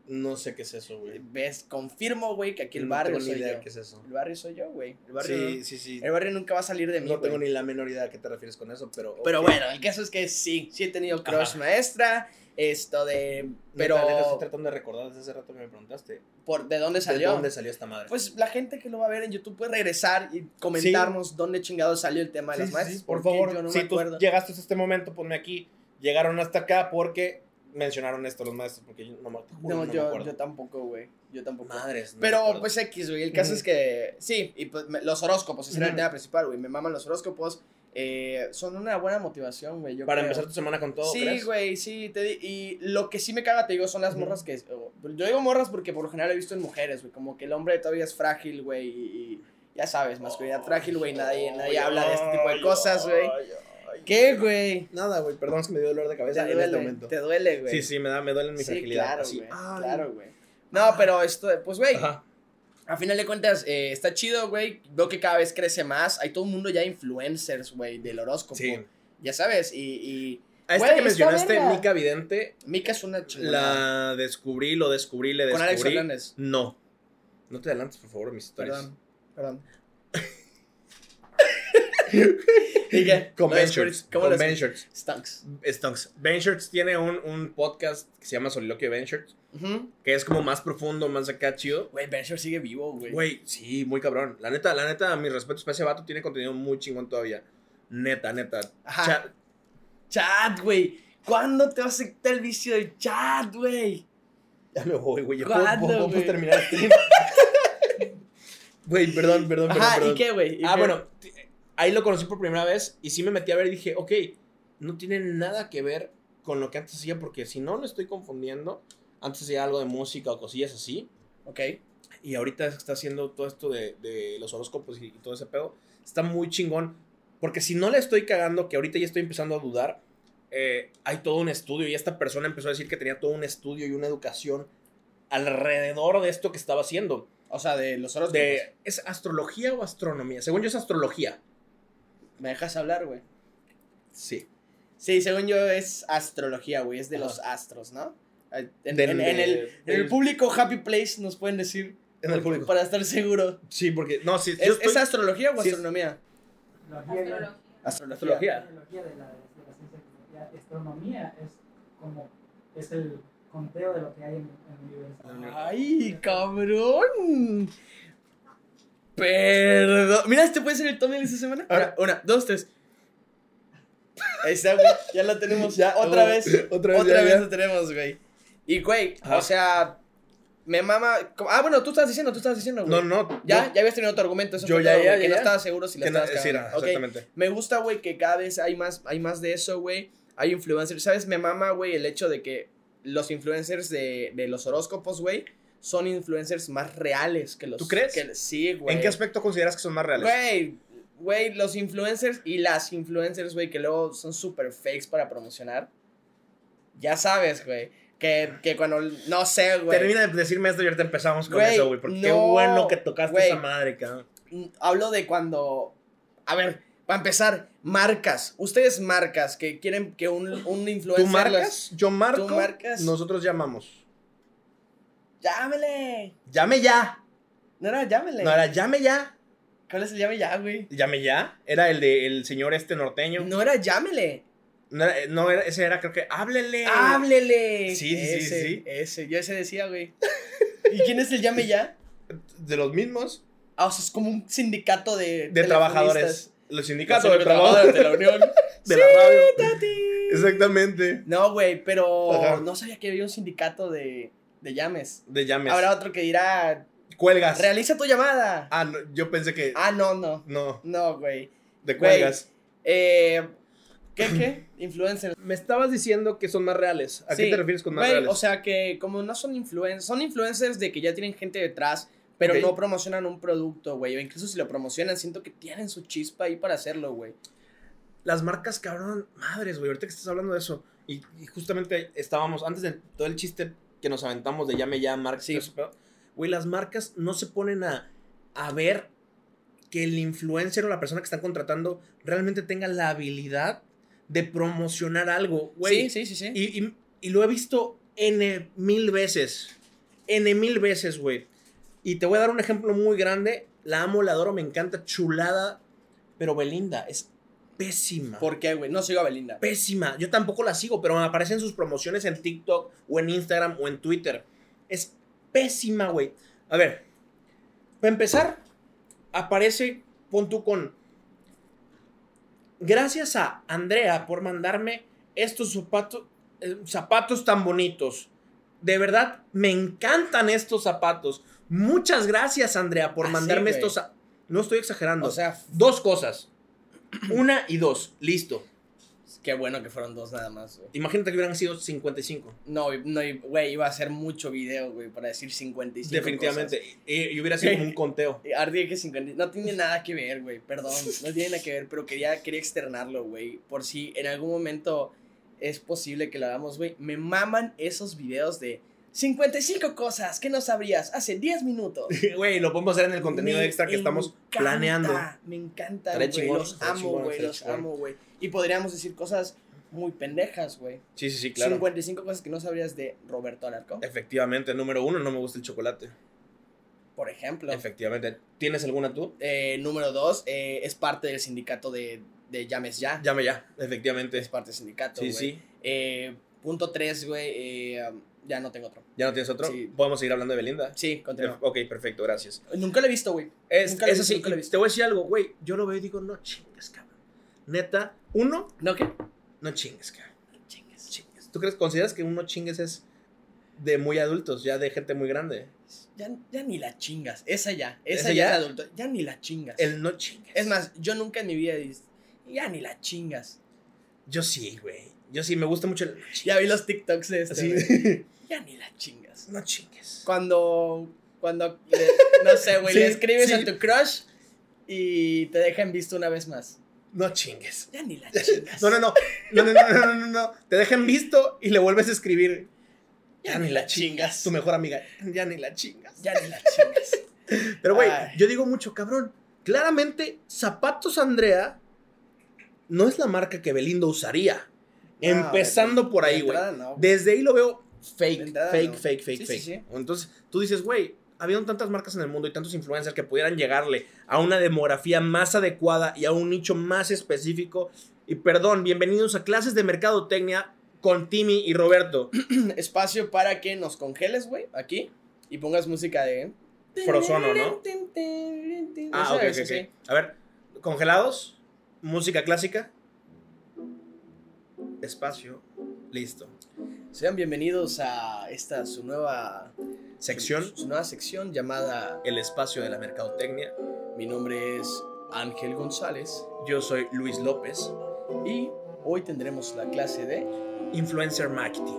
Speaker 2: No sé qué es eso, güey.
Speaker 1: Ves, confirmo, güey, que aquí el
Speaker 2: No
Speaker 1: barrio
Speaker 2: tengo ni
Speaker 1: soy
Speaker 2: idea
Speaker 1: yo.
Speaker 2: qué es eso.
Speaker 1: El barrio soy yo, güey. El barrio.
Speaker 2: Sí, sí, sí.
Speaker 1: El barrio nunca va a salir de mí.
Speaker 2: No tengo
Speaker 1: güey.
Speaker 2: ni la menor idea a qué te refieres con eso, pero.
Speaker 1: Pero
Speaker 2: ok.
Speaker 1: bueno, el caso es que sí, sí he tenido crush
Speaker 2: Ajá.
Speaker 1: maestra, esto de... Pero,
Speaker 2: Pero. Neta, neta, estoy tratando de recordar desde hace rato que me preguntaste.
Speaker 1: por, ¿de dónde salió?
Speaker 2: ¿De dónde salió esta madre?
Speaker 1: Pues la gente que lo va a ver en YouTube puede regresar y comentarnos dónde chingado salió el tema de
Speaker 2: Sí,
Speaker 1: las
Speaker 2: sí,
Speaker 1: maestras.
Speaker 2: sí, por
Speaker 1: porque
Speaker 2: favor,
Speaker 1: yo no
Speaker 2: si
Speaker 1: me
Speaker 2: tú
Speaker 1: acuerdo.
Speaker 2: llegaste hasta este momento, ponme aquí. Llegaron hasta acá porque mencionaron esto los maestros, porque yo no me, te juro,
Speaker 1: No,
Speaker 2: no me
Speaker 1: yo,
Speaker 2: acuerdo.
Speaker 1: yo tampoco, güey. Yo tampoco.
Speaker 2: Madres. no me
Speaker 1: Pero
Speaker 2: acuerdo.
Speaker 1: pues X, güey. El caso
Speaker 2: Ujú.
Speaker 1: es que sí, y pues, me- los horóscopos, ese era el
Speaker 2: Ujú.
Speaker 1: tema principal, güey. Me maman los horóscopos. eh, son una buena motivación, güey. yo
Speaker 2: Para
Speaker 1: creo.
Speaker 2: empezar tu semana con todo,
Speaker 1: Sí,
Speaker 2: ¿crees?
Speaker 1: güey, sí. Te di- y lo que sí me caga, te digo, son las
Speaker 2: Ujú.
Speaker 1: morras que... o- Yo digo morras porque por lo general he visto en mujeres, güey. Como que el hombre todavía es frágil, güey. Y, y ya sabes, masculinidad frágil, güey. Nadie, nadie habla de este tipo de cosas, güey. ¿Qué, güey?
Speaker 2: Nada, güey, perdón, es que me dio dolor de
Speaker 1: Te
Speaker 2: cabeza en este
Speaker 1: duele,
Speaker 2: momento.
Speaker 1: te duele, güey.
Speaker 2: Sí, sí, me, da, me duele mi
Speaker 1: Sí,
Speaker 2: fragilidad.
Speaker 1: claro,
Speaker 2: así.
Speaker 1: güey.
Speaker 2: Ay.
Speaker 1: Claro, güey. No, pero esto, pues, güey,
Speaker 2: Ajá.
Speaker 1: a final de cuentas, eh, está chido, güey. Veo que cada vez crece más. Hay todo el mundo ya influencers, güey, del horóscopo.
Speaker 2: Sí.
Speaker 1: Ya sabes, y,
Speaker 2: A esta
Speaker 1: Güey,
Speaker 2: que
Speaker 1: está
Speaker 2: mencionaste,
Speaker 1: verga.
Speaker 2: Mica Vidente,
Speaker 1: y Mika es una chingada.
Speaker 2: la descubrí, lo descubrí, le descubrí.
Speaker 1: Con Alex Fernández.
Speaker 2: No. No te adelantes, por favor, mis historias.
Speaker 1: Perdón, perdón. ¿Y qué?
Speaker 2: Con
Speaker 1: ¿Lo
Speaker 2: Ben
Speaker 1: descubriste?
Speaker 2: Shirts,
Speaker 1: ¿Cómo
Speaker 2: con
Speaker 1: lo
Speaker 2: Ben Shirts.
Speaker 1: descubriste? Stunks.
Speaker 2: Stunks. Ben Shirts tiene un, un podcast que se llama Soliloquio de Ben Shirts,
Speaker 1: Ujú.
Speaker 2: que es como más profundo, más acá chido.
Speaker 1: Güey, Ben Shirts sigue vivo, güey.
Speaker 2: Güey, sí, muy cabrón. La neta, la neta, mis respetos para ese vato, tiene contenido muy chingón todavía. Neta, neta.
Speaker 1: Ajá.
Speaker 2: Cha-
Speaker 1: Chat, güey. ¿Cuándo te va a aceptar el vicio del chat, güey?
Speaker 2: Ya me voy, güey. Ya
Speaker 1: ¿Cuándo,
Speaker 2: puedo- puedo- puedo
Speaker 1: güey?
Speaker 2: terminar el stream. Güey, perdón, perdón, perdón.
Speaker 1: Ajá,
Speaker 2: perdón.
Speaker 1: ¿y qué, güey? ¿Y
Speaker 2: Ah,
Speaker 1: qué?
Speaker 2: bueno, t- ahí lo conocí por primera vez y sí me metí a ver y dije, ok, no tiene nada que ver con lo que antes hacía, porque si no lo estoy confundiendo, antes hacía algo de música o cosillas así,
Speaker 1: Ok.
Speaker 2: y ahorita está haciendo todo esto de, de los horóscopos y, y todo ese pedo, está muy chingón, porque si no le estoy cagando, que ahorita ya estoy empezando a dudar, eh, hay todo un estudio y esta persona empezó a decir que tenía todo un estudio y una educación alrededor de esto que estaba haciendo.
Speaker 1: O sea, de los horóscopos.
Speaker 2: De, ¿Es astrología o astronomía? Según yo es astrología.
Speaker 1: ¿Me dejas hablar, güey?
Speaker 2: Sí.
Speaker 1: Sí, según yo es astrología, güey. Es de
Speaker 2: Ajá.
Speaker 1: los astros, ¿no? Eh, En,
Speaker 2: Del-
Speaker 1: en- en el, en el
Speaker 2: del-
Speaker 1: público Happy Place nos pueden decir.
Speaker 2: En el público.
Speaker 1: Para estar seguro.
Speaker 2: Sí, porque. No, sí,
Speaker 1: ¿Es,
Speaker 2: yo estoy-
Speaker 1: es astrología o
Speaker 2: Sí, es-
Speaker 1: astronomía?
Speaker 3: Astrología.
Speaker 1: Astrología.
Speaker 2: Astrología.
Speaker 3: La astrología de la, de la ciencia que- la astronomía es como es el conteo de lo que hay en, en el universo.
Speaker 1: ¡Ay, cabrón! Perdón. Mira, este puede ser el thumbnail de esta semana. Ahora, una, dos, tres. Ahí está, güey. Ya lo tenemos.
Speaker 2: Ya,
Speaker 1: otra
Speaker 2: güey.
Speaker 1: vez.
Speaker 2: Otra vez,
Speaker 1: Otra
Speaker 2: ya,
Speaker 1: vez
Speaker 2: ya.
Speaker 1: lo tenemos, güey. Y, güey,
Speaker 2: Ajá.
Speaker 1: o sea, me mama. Ah, bueno, tú estás diciendo, tú estás diciendo, güey.
Speaker 2: No, no.
Speaker 1: Ya,
Speaker 2: yo-
Speaker 1: ya habías tenido tu argumento. Eso
Speaker 2: Yo
Speaker 1: fue
Speaker 2: ya,
Speaker 1: todo,
Speaker 2: ya,
Speaker 1: güey,
Speaker 2: ya,
Speaker 1: Que no
Speaker 2: ya.
Speaker 1: estaba seguro si la
Speaker 2: que no- eh,
Speaker 1: estabas
Speaker 2: sí, era,
Speaker 1: cagando. Ok,
Speaker 2: exactamente.
Speaker 1: me gusta, güey, que cada vez hay más, hay más de eso, güey. Hay influencers. ¿Sabes? Me mama, güey, el hecho de que los influencers de, de los horóscopos, güey, son influencers más reales que los.
Speaker 2: ¿Tú crees?
Speaker 1: que- sí, güey.
Speaker 2: ¿En qué aspecto consideras que son más reales?
Speaker 1: Güey, güey, los influencers y las influencers, güey, que luego son súper fakes para promocionar. Ya sabes, güey. Que, que cuando, no sé, güey.
Speaker 2: Termina de decirme esto y ahorita empezamos con
Speaker 1: Güey,
Speaker 2: eso, güey. Porque qué
Speaker 1: no,
Speaker 2: bueno que tocaste
Speaker 1: güey.
Speaker 2: esa madre, cabrón.
Speaker 1: Mm, hablo de cuando. A ver, para empezar, marcas. Ustedes marcas que quieren que un, un influencer. las-
Speaker 2: Tú marcas, yo marco,
Speaker 1: tú marcas.
Speaker 2: nosotros llamamos.
Speaker 1: Llámele.
Speaker 2: Llame ya.
Speaker 1: No era llámele.
Speaker 2: No, era llame ya.
Speaker 1: ¿Cuál es el llame ya, güey?
Speaker 2: Llame ya. Era el de el señor este norteño. No,
Speaker 1: No era llámele.
Speaker 2: era, no era- ese era, creo que
Speaker 1: Eh.
Speaker 2: háblele.
Speaker 1: Háblele.
Speaker 2: Sí, sí, sí,
Speaker 1: Ese,
Speaker 2: sí.
Speaker 1: Ese, yo ese decía, güey. ¿Y quién es el llame ya?
Speaker 2: De los mismos.
Speaker 1: Ah, o sea, es como un sindicato de.
Speaker 2: De trabajadores. Los sindicatos de
Speaker 1: trabajadores
Speaker 2: trabajadores
Speaker 1: de la Unión.
Speaker 2: de la radio.
Speaker 1: Tati.
Speaker 2: Exactamente.
Speaker 1: No, güey, pero
Speaker 2: Ajá.
Speaker 1: no sabía que había un sindicato de, de llames.
Speaker 2: De llames.
Speaker 1: Habrá otro que dirá,
Speaker 2: cuelgas.
Speaker 1: realiza tu llamada.
Speaker 2: Ah, no, yo pensé que.
Speaker 1: Ah, no, no.
Speaker 2: No,
Speaker 1: No, güey.
Speaker 2: de
Speaker 1: Güey.
Speaker 2: cuelgas.
Speaker 1: Eh, ¿Qué, qué? Influencers.
Speaker 2: Me estabas diciendo que son más reales. ¿A
Speaker 1: Sí,
Speaker 2: qué te refieres con más
Speaker 1: Güey,
Speaker 2: reales?
Speaker 1: o sea que como no son influencers, son influencers de que ya tienen gente detrás, pero
Speaker 2: Ok.
Speaker 1: no promocionan un producto, güey. O incluso si lo promocionan, siento que tienen su chispa ahí para hacerlo, güey.
Speaker 2: las marcas, cabrón, madres, güey, ahorita que estás hablando de eso. Y, y justamente estábamos, antes de todo el chiste que nos aventamos de llame ya, Marx,
Speaker 1: Sí.
Speaker 2: y todo ese pedo, güey, las marcas no se ponen a, a ver que el influencer o la persona que están contratando realmente tenga la habilidad de promocionar algo, güey.
Speaker 1: sí, sí, sí, sí.
Speaker 2: Y, y- y lo he visto N mil veces. N mil veces, güey. Y te voy a dar un ejemplo muy grande. La amo, la adoro, me encanta, chulada. Pero Belinda es pésima.
Speaker 1: ¿Por qué, güey? No sigo a Belinda.
Speaker 2: Pésima. Yo tampoco la sigo, pero me aparecen sus promociones en TikTok o en Instagram o en Twitter. Es pésima, güey. A ver. Para empezar, aparece, pon tú con... Gracias a Andrea por mandarme estos zapatos, zapatos tan bonitos. De verdad, me encantan estos zapatos. Muchas gracias, Andrea, por
Speaker 1: Ah, sí,
Speaker 2: mandarme
Speaker 1: güey.
Speaker 2: estos... za- No estoy exagerando.
Speaker 1: O sea,
Speaker 2: dos cosas. Una y dos. Listo.
Speaker 1: qué bueno que fueron dos nada más, güey.
Speaker 2: Imagínate que hubieran sido 55.
Speaker 1: No, no, güey, iba a hacer mucho video, güey, para decir 55.
Speaker 2: definitivamente. Y, y hubiera sido como un conteo.
Speaker 1: cosas. Ardía Eh, que 50. No
Speaker 2: Pues
Speaker 1: tiene nada que ver, güey, perdón. No tiene nada que ver, pero quería, quería externarlo, güey. Por si en algún momento es posible que lo hagamos, güey. Me maman esos videos de 55 cosas que no sabrías hace 10 minutos.
Speaker 2: Güey, lo podemos hacer en el contenido
Speaker 1: Me
Speaker 2: extra que estamos
Speaker 1: encanta,
Speaker 2: planeando.
Speaker 1: Me encanta,
Speaker 2: Estaría
Speaker 1: güey.
Speaker 2: chingón,
Speaker 1: Los
Speaker 2: estaría
Speaker 1: amo,
Speaker 2: chingón,
Speaker 1: güey.
Speaker 2: estaría
Speaker 1: Los
Speaker 2: chingón.
Speaker 1: amo, güey. Y podríamos decir cosas muy pendejas, güey.
Speaker 2: Sí, sí, sí,
Speaker 1: 55 cosas que no sabrías de Roberto Alarcón,
Speaker 2: Efectivamente, número uno, no me gusta el chocolate.
Speaker 1: por ejemplo.
Speaker 2: Efectivamente. ¿Tienes alguna tú?
Speaker 1: Eh, número dos, eh, es parte del sindicato de, de Llames Ya.
Speaker 2: Llame ya, efectivamente.
Speaker 1: Es parte del sindicato,
Speaker 2: Sí,
Speaker 1: güey.
Speaker 2: sí.
Speaker 1: Eh, punto tres, güey, eh, um, ya no tengo otro.
Speaker 2: ¿Ya no tienes otro?
Speaker 1: Sí.
Speaker 2: ¿Podemos seguir hablando de Belinda?
Speaker 1: Sí, continúa.
Speaker 2: Ok, perfecto, gracias.
Speaker 1: Nunca lo he visto, güey.
Speaker 2: Es,
Speaker 1: Nunca lo he
Speaker 2: es
Speaker 1: visto,
Speaker 2: así,
Speaker 1: nunca lo he
Speaker 2: y
Speaker 1: visto.
Speaker 2: te voy a decir algo, güey. Yo lo veo y digo, no chingues, cabrón. Neta, uno,
Speaker 1: ¿No qué?
Speaker 2: no chingues, cabrón. Chingues, chingues. ¿Tú crees, consideras que uno chingues es de muy adultos, ya de gente muy grande?
Speaker 1: Ya, ya ni la chingas. Esa ya. Esa
Speaker 2: ¿Esa
Speaker 1: ya es
Speaker 2: ya?
Speaker 1: adulto. Ya ni la chingas.
Speaker 2: El no chingues.
Speaker 1: Es más, yo nunca en mi vida dije, ya ni la chingas.
Speaker 2: yo sí, güey. Yo sí, me gusta mucho el no
Speaker 1: Ya vi los TikToks de este,
Speaker 2: chingues.
Speaker 1: güey.
Speaker 2: Así,
Speaker 1: Ya ni la chingas.
Speaker 2: no chingues.
Speaker 1: Cuando, cuando, le- no sé, güey, le
Speaker 2: Sí,
Speaker 1: escribes
Speaker 2: sí.
Speaker 1: a tu crush y te dejan visto una vez más.
Speaker 2: No chingues.
Speaker 1: Ya ni la chingas.
Speaker 2: No, no, no. No, no, no, no, no, no, no. Te dejan visto y le vuelves a escribir.
Speaker 1: Ya ni la chingas.
Speaker 2: Tu mejor amiga. Ya ni la chingas.
Speaker 1: Ya ni la chingas.
Speaker 2: Pero, güey,
Speaker 1: Ay.
Speaker 2: yo digo mucho, cabrón. Claramente, Zapatos Andrea no es la marca que Belindo usaría. Empezando
Speaker 1: No, de-
Speaker 2: por
Speaker 1: Ah,
Speaker 2: ahí,
Speaker 1: de
Speaker 2: güey.
Speaker 1: entrada no,
Speaker 2: Desde ahí lo veo
Speaker 1: De
Speaker 2: fake,
Speaker 1: entrada,
Speaker 2: fake,
Speaker 1: no.
Speaker 2: fake, fake,
Speaker 1: Sí,
Speaker 2: fake.
Speaker 1: sí, sí.
Speaker 2: Entonces, tú dices, güey, habiendo tantas marcas en el mundo y tantos influencers que pudieran llegarle a una demografía más adecuada y a un nicho más específico. Y perdón, bienvenidos a clases de mercadotecnia con Timmy y Roberto.
Speaker 1: espacio para que nos congeles, güey, aquí y pongas música de
Speaker 2: Frozono, ¿no?
Speaker 1: Esa,
Speaker 2: Ah, ok, ok,
Speaker 1: esa,
Speaker 2: ok.
Speaker 1: sí.
Speaker 2: A ver, congelados, música clásica, espacio, listo.
Speaker 1: Sean bienvenidos a esta su nueva
Speaker 2: Sección,
Speaker 1: su, su nueva sección llamada
Speaker 2: el espacio de la mercadotecnia.
Speaker 1: Mi nombre es Ángel González
Speaker 2: Yo soy Luis López,
Speaker 1: y hoy tendremos la clase de,
Speaker 2: influencer marketing.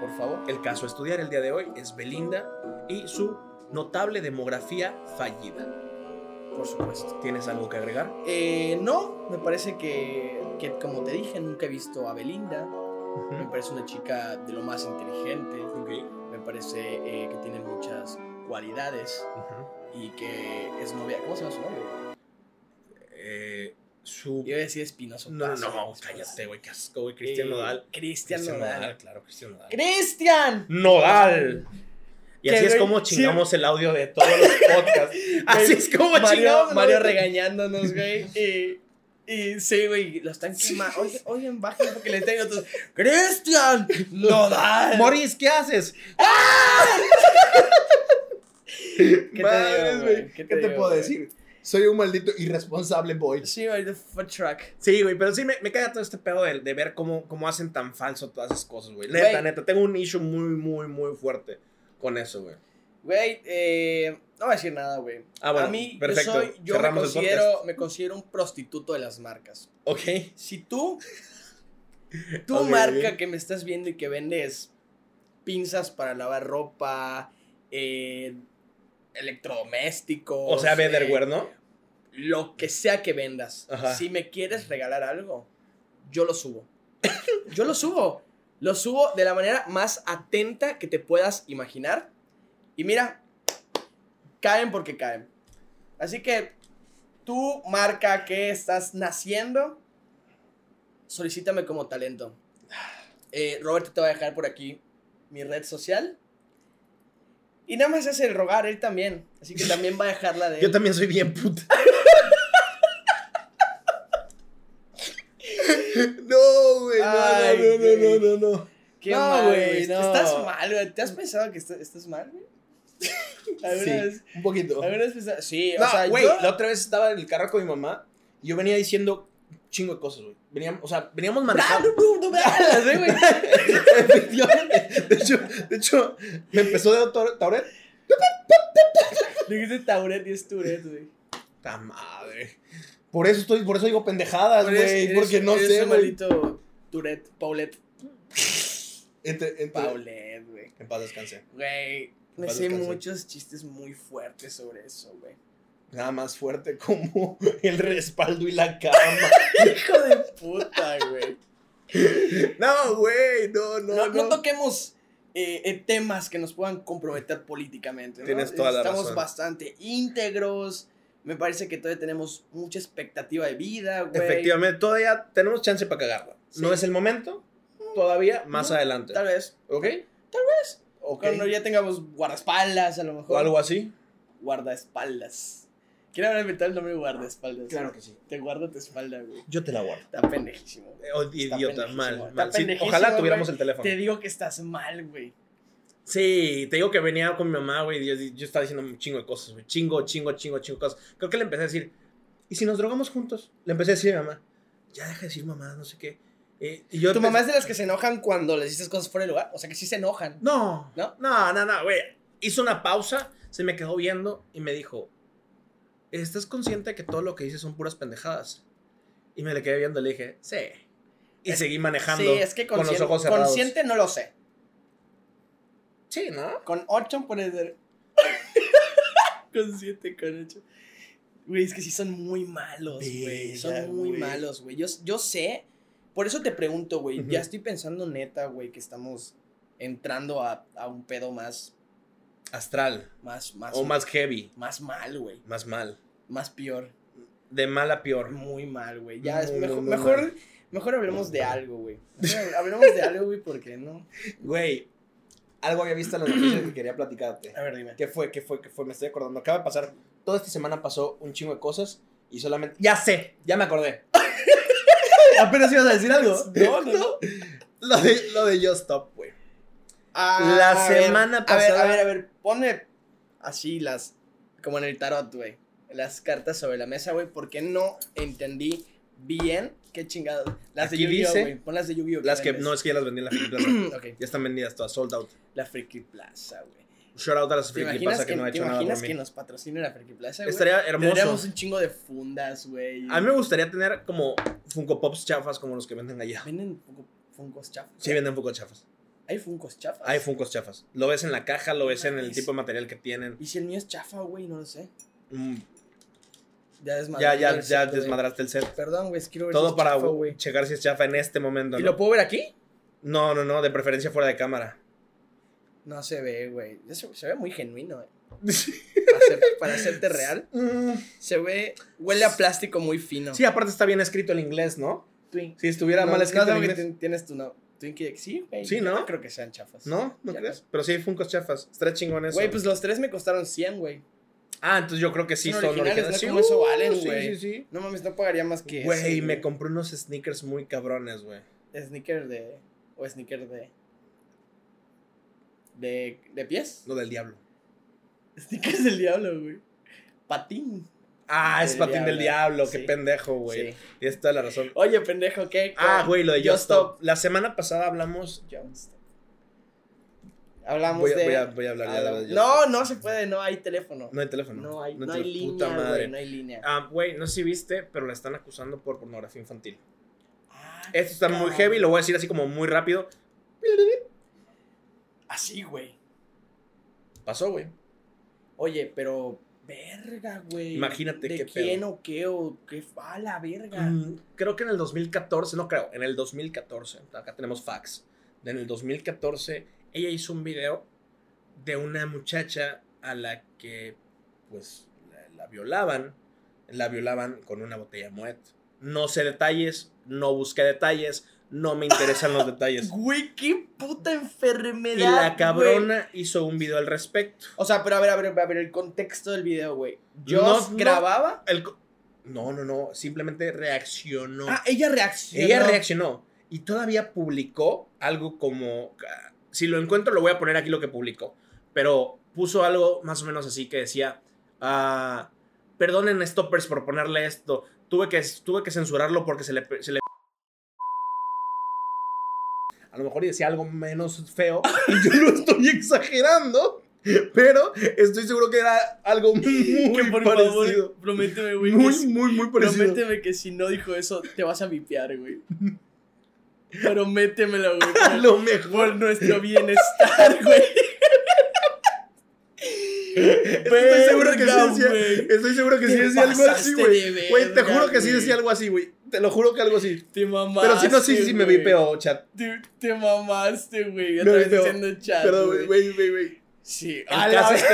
Speaker 1: por favor,
Speaker 2: El caso a estudiar el día de hoy es Belinda y su notable demografía fallida.
Speaker 1: por supuesto.
Speaker 2: ¿Tienes algo que agregar?
Speaker 1: Eh, no, me parece que, que, como te dije, nunca he visto a Belinda. Me parece una chica de lo más inteligente.
Speaker 2: Ok.
Speaker 1: Me parece eh, que tiene muchas cualidades
Speaker 2: Ujú.
Speaker 1: y que es novia. ¿Cómo se llama su novio?
Speaker 2: Eh, su...
Speaker 1: Yo iba a decir Espinoso.
Speaker 2: No,
Speaker 1: Paz,
Speaker 2: no,
Speaker 1: Espinoso
Speaker 2: cállate,
Speaker 1: Paz.
Speaker 2: güey, qué asco, güey. Cristian
Speaker 1: Eh,
Speaker 2: Nodal.
Speaker 1: Cristian Nodal.
Speaker 2: claro, Cristian Nodal.
Speaker 1: ¡Cristian!
Speaker 2: ¡Nodal! Y
Speaker 1: Que,
Speaker 2: así es
Speaker 1: güey,
Speaker 2: como
Speaker 1: sí.
Speaker 2: chingamos el audio de todos los podcasts. así es como
Speaker 1: Mario,
Speaker 2: chingamos.
Speaker 1: Mario
Speaker 2: ¿no?
Speaker 1: regañándonos, güey. Y, y sí, güey, lo están quemando. Oigan, oigan, bajen porque les tengo otros. ¡Cristian! ¡Nodal!
Speaker 2: Moris, ¿qué haces?
Speaker 1: te
Speaker 2: Madres,
Speaker 1: digo,
Speaker 2: güey,
Speaker 1: güey?
Speaker 2: ¿Qué te,
Speaker 1: digo,
Speaker 2: puedo
Speaker 1: güey?
Speaker 2: decir? Soy un maldito irresponsable boy.
Speaker 1: Sí, güey, the food truck.
Speaker 2: Sí, güey, pero sí me, me caga todo este pedo de, de ver cómo, cómo hacen tan falso todas esas cosas, güey. Neta,
Speaker 1: Güey.
Speaker 2: neta, tengo un issue muy, muy, muy fuerte con eso, güey.
Speaker 1: Güey, eh, no voy a decir nada, güey.
Speaker 2: Ah, bueno,
Speaker 1: a mí,
Speaker 2: perfecto.
Speaker 1: yo, soy, yo me,
Speaker 2: Cerramos el
Speaker 1: considero, me considero un prostituto de las marcas.
Speaker 2: Ok.
Speaker 1: Si tú, tu
Speaker 2: Ok,
Speaker 1: marca
Speaker 2: bien.
Speaker 1: que me estás viendo y que vendes pinzas para lavar ropa, eh, electrodomésticos.
Speaker 2: O sea,
Speaker 1: eh,
Speaker 2: Betterware, ¿no?
Speaker 1: lo que sea que vendas,
Speaker 2: Ajá.
Speaker 1: si me quieres regalar algo, yo lo subo. yo lo subo. Lo subo de la manera más atenta que te puedas imaginar. Y mira, caen porque caen. Así que tú, marca que estás naciendo, solicítame como talento. Eh, Roberto te va a dejar por aquí mi red social. Y nada más es el rogar, él también. Así que también va a dejarla de él.
Speaker 2: Yo también soy bien puta. no, güey. no,
Speaker 1: Ay,
Speaker 2: No, no,
Speaker 1: güey.
Speaker 2: no, no, no.
Speaker 1: Qué
Speaker 2: No,
Speaker 1: mal,
Speaker 2: güey,
Speaker 1: güey.
Speaker 2: no.
Speaker 1: Estás mal, güey. ¿Te has pensado que est- estás mal, güey? ¿Alguna, vez,
Speaker 2: un poquito.
Speaker 1: alguna vez pensa- Sí, o sea,
Speaker 2: Eh, No, güey,
Speaker 1: yo-
Speaker 2: la otra vez estaba en el carro con mi mamá y yo venía diciendo un chingo de cosas, güey. Veníamos, o sea,
Speaker 1: ¡Ah,
Speaker 2: veníamos manejando.
Speaker 1: Sí, güey.
Speaker 2: Efectivamente. De hecho, de hecho, me empezó de Tauret. Tauret.
Speaker 1: Dijiste Tauret y es Turet, güey.
Speaker 2: Ta madre. Por eso estoy, por eso digo pendejadas, Ah, güey.
Speaker 1: Eres-
Speaker 2: Porque no
Speaker 1: eres
Speaker 2: sé,
Speaker 1: un
Speaker 2: güey.
Speaker 1: maldito Turet, Paulette.
Speaker 2: Entre, entre-
Speaker 1: Paulette, güey.
Speaker 2: En paz descanse.
Speaker 1: Güey. Me
Speaker 2: paz
Speaker 1: sé
Speaker 2: descanse.
Speaker 1: muchos chistes muy fuertes sobre eso, güey.
Speaker 2: Nada más fuerte como el respaldo y la cama.
Speaker 1: Hijo de puta, güey.
Speaker 2: no, güey, no, no,
Speaker 1: No,
Speaker 2: no.
Speaker 1: no toquemos eh, eh, temas que nos puedan comprometer políticamente. ¿no?
Speaker 2: Tienes toda la
Speaker 1: Estamos
Speaker 2: razón.
Speaker 1: bastante íntegros. Me parece que todavía tenemos mucha expectativa de vida, güey.
Speaker 2: Efectivamente, todavía tenemos chance para cagarla.
Speaker 1: Sí.
Speaker 2: No es el momento, todavía, más
Speaker 1: No,
Speaker 2: adelante.
Speaker 1: Tal vez.
Speaker 2: ¿Ok? Ok.
Speaker 1: Cuando ya tengamos guardaespaldas, a lo mejor.
Speaker 2: O algo así.
Speaker 1: Guardaespaldas. Quiero haber inventado el nombre guardaespaldas.
Speaker 2: Claro que sí.
Speaker 1: Te guarda tu espalda, güey.
Speaker 2: Yo te la guardo.
Speaker 1: Está pendejísimo. güey.
Speaker 2: Oh, idiota,
Speaker 1: pendejísimo,
Speaker 2: mal.
Speaker 1: está
Speaker 2: mal. Sí,
Speaker 1: pendejísimo,
Speaker 2: ojalá tuviéramos
Speaker 1: güey.
Speaker 2: el teléfono.
Speaker 1: Te digo que estás mal, güey.
Speaker 2: Sí, te digo que venía con mi mamá, güey. y Yo, yo estaba diciendo un chingo de cosas, güey. Chingo, chingo, chingo, chingo de cosas. Creo que le empecé a decir, ¿y si nos drogamos juntos? Le empecé a decir a mi mamá, ya deja de decir mamá, no sé qué. Eh, y yo
Speaker 1: ¿Tu
Speaker 2: empe-
Speaker 1: mamá es de las que se enojan cuando les dices cosas fuera de lugar? O sea, que sí se enojan.
Speaker 2: No,
Speaker 1: ¿No?
Speaker 2: no, no, no, güey. Hizo una pausa, se me quedó viendo y me dijo, ¿estás consciente de que todo lo que dices son puras pendejadas? Y me le quedé viendo y le dije, sí. Y
Speaker 1: Es-
Speaker 2: seguí manejando
Speaker 1: Sí, es que
Speaker 2: con los
Speaker 1: conscien-
Speaker 2: ojos cerrados.
Speaker 1: consciente no lo sé.
Speaker 2: Sí, ¿no?
Speaker 1: Con 8 puede ser. con 7, con 8. Güey, es que sí son muy malos, güey.
Speaker 2: Verga,
Speaker 1: Son muy
Speaker 2: güey.
Speaker 1: malos, güey. Yo, yo sé. Por eso te pregunto, güey.
Speaker 2: Ujú.
Speaker 1: Ya estoy pensando neta, güey, que estamos entrando a, a un pedo más.
Speaker 2: Astral.
Speaker 1: Más, más.
Speaker 2: O más heavy,
Speaker 1: más mal, güey.
Speaker 2: más mal.
Speaker 1: Más peor.
Speaker 2: De mal a peor.
Speaker 1: Muy mal, güey. Ya es
Speaker 2: Muy,
Speaker 1: mejor.
Speaker 2: muy, muy
Speaker 1: mejor,
Speaker 2: mal.
Speaker 1: mejor hablemos de algo, güey. Mejor Hablemos de algo, güey, porque no.
Speaker 2: Güey, algo había visto en las noticias que quería platicarte.
Speaker 1: A ver, dime.
Speaker 2: ¿Qué fue? ¿Qué fue? ¿Qué fue? Me estoy acordando. Acaba de pasar. Toda esta semana pasó un chingo de cosas y solamente. ¡Ya sé! Ya me acordé. Apenas ibas a decir algo.
Speaker 1: No, no, no.
Speaker 2: Lo de, lo de Just Stop, güey.
Speaker 1: Ah,
Speaker 2: La
Speaker 1: a ver,
Speaker 2: semana
Speaker 1: A
Speaker 2: pasada-
Speaker 1: ver, a ver, a ver, ponme así las. Como en el tarot, güey. Las cartas sobre la mesa, güey, porque no entendí bien qué chingados. Las
Speaker 2: Aquí
Speaker 1: de Yu-Gi-Oh,
Speaker 2: dice-
Speaker 1: güey. Pon las de Yu-Gi-Oh.
Speaker 2: Las que
Speaker 1: vendes.
Speaker 2: no es que ya las vendí en la Friki Plaza.
Speaker 1: ok,
Speaker 2: Ya están vendidas todas, sold out.
Speaker 1: la Friki Plaza, güey.
Speaker 2: Shout out a las
Speaker 1: ¿Te
Speaker 2: Friki
Speaker 1: imaginas
Speaker 2: Plaza
Speaker 1: que,
Speaker 2: que no ha
Speaker 1: te
Speaker 2: hecho nada por
Speaker 1: imaginas que
Speaker 2: mí.
Speaker 1: nos patrocine la Friki Plaza, güey?
Speaker 2: Estaría
Speaker 1: Tendríamos
Speaker 2: hermoso.
Speaker 1: un chingo de fundas, güey.
Speaker 2: A mí me gustaría tener como Funko Pops chafas como los que venden allá.
Speaker 1: Venden funko- Funkos chafas.
Speaker 2: Sí, venden Funko chafas.
Speaker 1: Hay Funkos chafas.
Speaker 2: Hay Funkos chafas. Lo ves en la caja, lo ves en el
Speaker 1: Mames.
Speaker 2: tipo de material que tienen.
Speaker 1: Y si el mío es chafa, güey, no lo sé.
Speaker 2: Mm.
Speaker 1: Ya desmadraste.
Speaker 2: Ya, ya,
Speaker 1: el
Speaker 2: ya
Speaker 1: set, güey.
Speaker 2: desmadraste el set.
Speaker 1: Perdón, güey, es que quiero ver si
Speaker 2: Todo
Speaker 1: es
Speaker 2: para
Speaker 1: chafa, güey.
Speaker 2: checar si es chafa en este momento.
Speaker 1: ¿Y
Speaker 2: ¿no?
Speaker 1: lo puedo ver aquí?
Speaker 2: no, no, no, de preferencia fuera de cámara.
Speaker 1: No se ve, güey. Ya Se, se ve muy genuino, eh. Para, ser- para hacerte real,
Speaker 2: Mm,
Speaker 1: se ve. Huele a plástico muy fino.
Speaker 2: Sí, aparte está bien escrito el inglés, ¿no?
Speaker 1: Twin.
Speaker 2: Si estuviera
Speaker 1: no,
Speaker 2: mal escrito
Speaker 1: no,
Speaker 2: el
Speaker 1: que
Speaker 2: inglés.
Speaker 1: tien- tienes tu no. Twinkie, sí, güey.
Speaker 2: Sí,
Speaker 1: Yo
Speaker 2: ¿no?
Speaker 1: creo que sean chafas.
Speaker 2: ¿No? ¿No
Speaker 1: Ya
Speaker 2: crees? Pero sí hay Funkos chafas. Está chingón eso.
Speaker 1: Güey, pues los tres me costaron 100, güey.
Speaker 2: ah, entonces yo creo que sí
Speaker 1: son
Speaker 2: son,
Speaker 1: originales,
Speaker 2: originales.
Speaker 1: ¿no?
Speaker 2: Sí,
Speaker 1: Como eso valen,
Speaker 2: sí,
Speaker 1: güey.
Speaker 2: Sí, sí,
Speaker 1: No mames, no pagaría más que. eso,
Speaker 2: Güey, me compré unos sneakers muy cabrones, güey.
Speaker 1: Sneaker de. O sneaker de. De, de pies.
Speaker 2: Lo del diablo.
Speaker 1: Sneakers del diablo, güey. Patín.
Speaker 2: Ah, es
Speaker 1: Del
Speaker 2: patín del
Speaker 1: diablo,
Speaker 2: diablo.
Speaker 1: sí.
Speaker 2: Qué pendejo, güey.
Speaker 1: Sí.
Speaker 2: Tienes toda la razón.
Speaker 1: Oye, pendejo, ¿qué?
Speaker 2: Ah,
Speaker 1: ¿Cómo?
Speaker 2: güey, lo de
Speaker 1: Yo
Speaker 2: Just Stop.
Speaker 1: Stop.
Speaker 2: La semana pasada hablamos.
Speaker 1: Just Stop. Hablamos
Speaker 2: Voy a,
Speaker 1: de.
Speaker 2: voy a- voy a hablar de la de Just
Speaker 1: no,
Speaker 2: Stop.
Speaker 1: no se puede, no hay teléfono.
Speaker 2: No hay teléfono.
Speaker 1: No hay, no
Speaker 2: te-
Speaker 1: hay
Speaker 2: Puta
Speaker 1: línea,
Speaker 2: madre.
Speaker 1: güey, no hay línea.
Speaker 2: Ah, güey, no sé si viste, pero la están acusando por pornografía infantil.
Speaker 1: Ah,
Speaker 2: Esto está muy
Speaker 1: cabrón.
Speaker 2: heavy, lo voy a decir así como muy rápido.
Speaker 1: Así, güey.
Speaker 2: Pasó, güey.
Speaker 1: Oye, pero verga, güey.
Speaker 2: Imagínate
Speaker 1: ¿De
Speaker 2: qué
Speaker 1: quién
Speaker 2: pedo.
Speaker 1: o qué o qué a la verga.
Speaker 2: Mm, creo que en el 2014, no creo, en el 2014, acá tenemos fax. En el 2014, ella hizo un video de una muchacha a la que, pues, la, la violaban. La violaban con una botella Moet. No sé detalles, no busqué detalles, no me interesan los detalles.
Speaker 1: Güey, qué puta enfermedad.
Speaker 2: Y la
Speaker 1: güey.
Speaker 2: cabrona hizo un video al respecto.
Speaker 1: O sea, pero a ver, a ver, a ver el contexto del video, güey. Yo
Speaker 2: No, no.
Speaker 1: grababa.
Speaker 2: El co- no, no, no, simplemente reaccionó.
Speaker 1: Ah, ella reaccionó.
Speaker 2: Ella reaccionó y todavía publicó algo como. ah, Si lo encuentro, lo voy a poner aquí lo que publicó. Pero puso algo más o menos así que decía: ah, Perdonen, Stoppers, por ponerle esto. Tuve que, tuve que censurarlo porque se le, se le. A lo mejor decía algo menos feo. Y yo lo estoy exagerando. Pero estoy seguro que era algo muy
Speaker 1: Que por
Speaker 2: parecido.
Speaker 1: favor, prométeme, güey. que
Speaker 2: muy,
Speaker 1: si-
Speaker 2: muy, muy parecido.
Speaker 1: prométeme que si no dijo eso, te vas a vipear, güey. Prométemelo, güey. por-
Speaker 2: A lo mejor.
Speaker 1: Por nuestro bienestar, güey.
Speaker 2: Estoy seguro que sí
Speaker 1: Verga,
Speaker 2: decía,
Speaker 1: güey.
Speaker 2: estoy seguro que sí
Speaker 1: Te
Speaker 2: decía algo así,
Speaker 1: pasaste
Speaker 2: güey.
Speaker 1: de
Speaker 2: Güey, te
Speaker 1: verga,
Speaker 2: juro que sí
Speaker 1: güey.
Speaker 2: decía algo así, güey. Te lo juro que algo así.
Speaker 1: Te mamaste.
Speaker 2: Pero si no, sí, sí me
Speaker 1: güey.
Speaker 2: vipeo, chat.
Speaker 1: Te, te mamaste, güey.
Speaker 2: Me
Speaker 1: Otra vez
Speaker 2: vipeo.
Speaker 1: haciendo chat.
Speaker 2: Pero,
Speaker 1: güey.
Speaker 2: güey, güey, güey, güey.
Speaker 1: Sí, el
Speaker 2: A la
Speaker 1: caso es
Speaker 2: vez.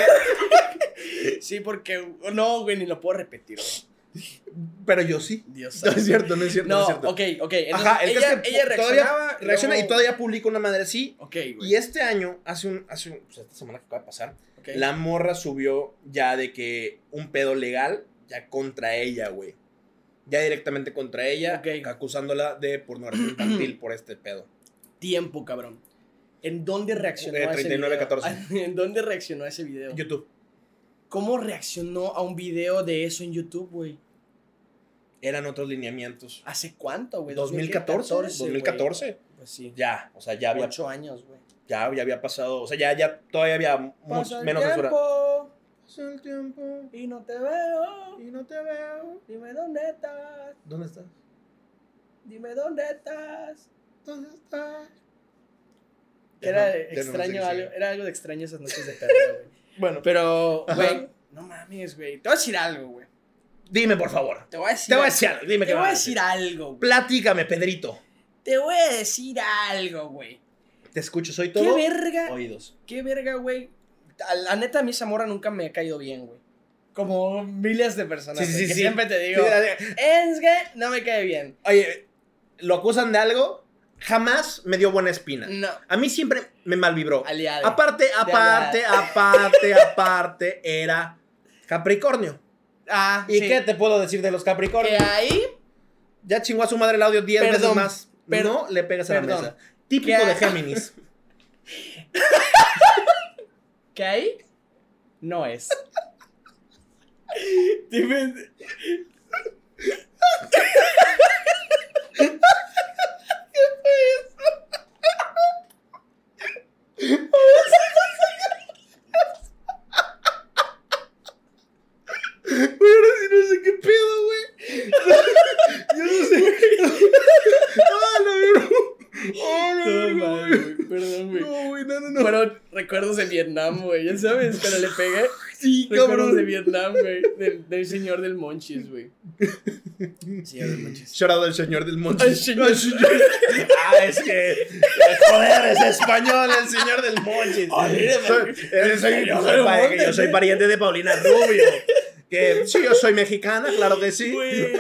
Speaker 1: que- Sí, porque. No, güey, ni lo puedo repetir, güey.
Speaker 2: Pero yo sí.
Speaker 1: Dios
Speaker 2: No
Speaker 1: sabe.
Speaker 2: es cierto, no es cierto, no,
Speaker 1: No,
Speaker 2: es cierto.
Speaker 1: ok, ok. Entonces,
Speaker 2: Ajá, el
Speaker 1: ella,
Speaker 2: caso es que
Speaker 1: ella
Speaker 2: todavía
Speaker 1: reaccionaba.
Speaker 2: Reacciona
Speaker 1: luego-
Speaker 2: y todavía publica una madre así.
Speaker 1: Ok, güey.
Speaker 2: Y este año, hace un, hace un, pues, esta semana que acaba de pasar,
Speaker 1: okay.
Speaker 2: la morra subió ya de que un pedo legal ya contra ella, güey. Ya directamente contra ella,
Speaker 1: Ok.
Speaker 2: acusándola de pornografía infantil por este pedo.
Speaker 1: Tiempo, cabrón. ¿En dónde reaccionó
Speaker 2: Eh,
Speaker 1: a ese
Speaker 2: 39,
Speaker 1: video?
Speaker 2: 14.
Speaker 1: ¿En dónde reaccionó a ese video?
Speaker 2: YouTube.
Speaker 1: ¿Cómo reaccionó a un video de eso en YouTube, güey?
Speaker 2: eran otros lineamientos.
Speaker 1: ¿Hace cuánto, Ah, güey?
Speaker 2: 2014, 2014.
Speaker 1: güey. Pues sí.
Speaker 2: Ya, o sea, ya había,
Speaker 1: Ocho años, güey.
Speaker 2: ya, ya había pasado, o sea, ya, ya todavía había mucho,
Speaker 1: Pasa el
Speaker 2: menos censura.
Speaker 1: tiempo
Speaker 2: Pasa el tiempo
Speaker 1: y no te veo.
Speaker 2: y no te veo.
Speaker 1: Dime dónde estás.
Speaker 2: ¿Dónde estás?
Speaker 1: Dime dónde estás.
Speaker 2: ¿Dónde estás? Ya
Speaker 1: Era
Speaker 2: no- ya no sé
Speaker 1: extraño
Speaker 2: qué
Speaker 1: algo,
Speaker 2: sigue.
Speaker 1: era algo de extraño esas noches de perreo, güey.
Speaker 2: Bueno,
Speaker 1: Pero,
Speaker 2: Ajá.
Speaker 1: güey, no mames, güey. Te voy a decir algo, güey.
Speaker 2: dime por favor.
Speaker 1: Te voy a decir
Speaker 2: Te voy a
Speaker 1: algo.
Speaker 2: decir algo, dime
Speaker 1: Te
Speaker 2: qué
Speaker 1: voy a
Speaker 2: vas
Speaker 1: decir algo, güey.
Speaker 2: Platícame, Pedrito.
Speaker 1: Te voy a decir algo, güey.
Speaker 2: Te escucho, soy
Speaker 1: ¿Qué
Speaker 2: todo
Speaker 1: verga?
Speaker 2: oídos.
Speaker 1: ¿Qué verga, güey? A La neta, a mí esa morra nunca me ha caído bien, güey. Como miles de personas.
Speaker 2: Sí, sí,
Speaker 1: güey,
Speaker 2: sí,
Speaker 1: que
Speaker 2: sí.
Speaker 1: Siempre te digo,
Speaker 2: Sí, dale.
Speaker 1: es que no me cae bien.
Speaker 2: Oye, lo acusan de algo, jamás me dio buena espina.
Speaker 1: No,
Speaker 2: A mí siempre me malvibró.
Speaker 1: aliado.
Speaker 2: Aparte, aparte, aparte, aparte, era Capricornio.
Speaker 1: ah,
Speaker 2: ¿Y
Speaker 1: sí.
Speaker 2: qué te puedo decir de los
Speaker 1: Que
Speaker 2: Capricornios?
Speaker 1: ahí,
Speaker 2: Ya chingó a su madre el audio 10 veces
Speaker 1: Perdón,
Speaker 2: más.
Speaker 1: perdón,
Speaker 2: no le pegas a
Speaker 1: perdón.
Speaker 2: la mesa. Típico
Speaker 1: Que-
Speaker 2: de Géminis.
Speaker 1: que ahí, no es. Dime-
Speaker 2: Güey, ahora sí no sé qué pedo, güey. Yo no sé. Ah, la verga. Ah, la
Speaker 1: Todo
Speaker 2: verga,
Speaker 1: mal,
Speaker 2: güey.
Speaker 1: güey, Perdón, güey.
Speaker 2: No, güey, no, no, no.
Speaker 1: Fueron recuerdos de Vietnam, güey. Ya sabes, cuando le pegué.
Speaker 2: Sí,
Speaker 1: Recuerdos de Vietnam, güey. Del, del señor del Monchis, güey. Señor del Monchis.
Speaker 2: Shout out al señor del monte.
Speaker 1: Al señor.
Speaker 2: Ah, es que. Joder, es español, el señor del Monchis.
Speaker 1: Ay,
Speaker 2: Soy- eh, soy-
Speaker 1: señor
Speaker 2: soy
Speaker 1: del
Speaker 2: pa-
Speaker 1: Montes.
Speaker 2: que yo soy pariente de Paulina Rubio. Que sí, yo soy mexicana, claro que sí.
Speaker 1: Güey.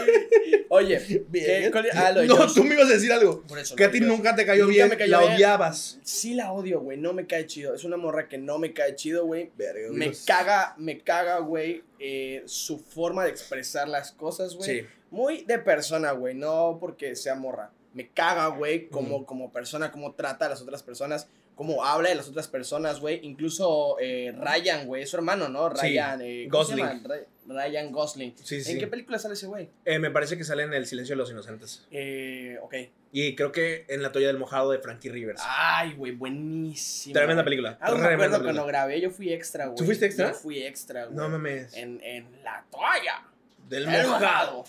Speaker 1: Oye, ¿qué- cuál- ah, lo de
Speaker 2: No,
Speaker 1: Johnson.
Speaker 2: tú me ibas a decir algo.
Speaker 1: Por eso,
Speaker 2: Que a
Speaker 1: no,
Speaker 2: ti
Speaker 1: yo-
Speaker 2: nunca te cayó
Speaker 1: Nunca
Speaker 2: bien,
Speaker 1: me cayó
Speaker 2: la
Speaker 1: bien.
Speaker 2: odiabas.
Speaker 1: Sí la odio, güey. No me cae chido. Es una morra que no me cae chido, güey.
Speaker 2: Verga,
Speaker 1: Me caga, me caga, güey. eh, su forma de expresar las cosas, güey.
Speaker 2: Sí.
Speaker 1: Muy de persona, güey. No porque sea morra. Me caga, güey,
Speaker 2: Mm.
Speaker 1: como, como persona, cómo trata a las otras personas, cómo habla de las otras personas, güey. Incluso eh, Ryan, güey, es su hermano, ¿no?
Speaker 2: Sí.
Speaker 1: Ryan eh, ¿cómo se
Speaker 2: Gosling.
Speaker 1: llama? Ray- Ryan Gosling.
Speaker 2: Sí,
Speaker 1: ¿En
Speaker 2: sí.
Speaker 1: qué película sale ese güey?
Speaker 2: Eh, me parece que sale en El Silencio de los Inocentes.
Speaker 1: Eh, ok.
Speaker 2: Y creo que en La Toalla del Mojado de Frankie Rivers.
Speaker 1: Ay, güey, buenísimo.
Speaker 2: Tremenda
Speaker 1: güey.
Speaker 2: película.
Speaker 1: Ah, Algo me
Speaker 2: tremenda
Speaker 1: acuerdo
Speaker 2: película.
Speaker 1: cuando grabé, yo fui extra, güey.
Speaker 2: ¿Tú fuiste extra?
Speaker 1: Yo fui extra, güey.
Speaker 2: No mames.
Speaker 1: En, en la toalla.
Speaker 2: Del
Speaker 1: El
Speaker 2: mojado.
Speaker 1: mojado.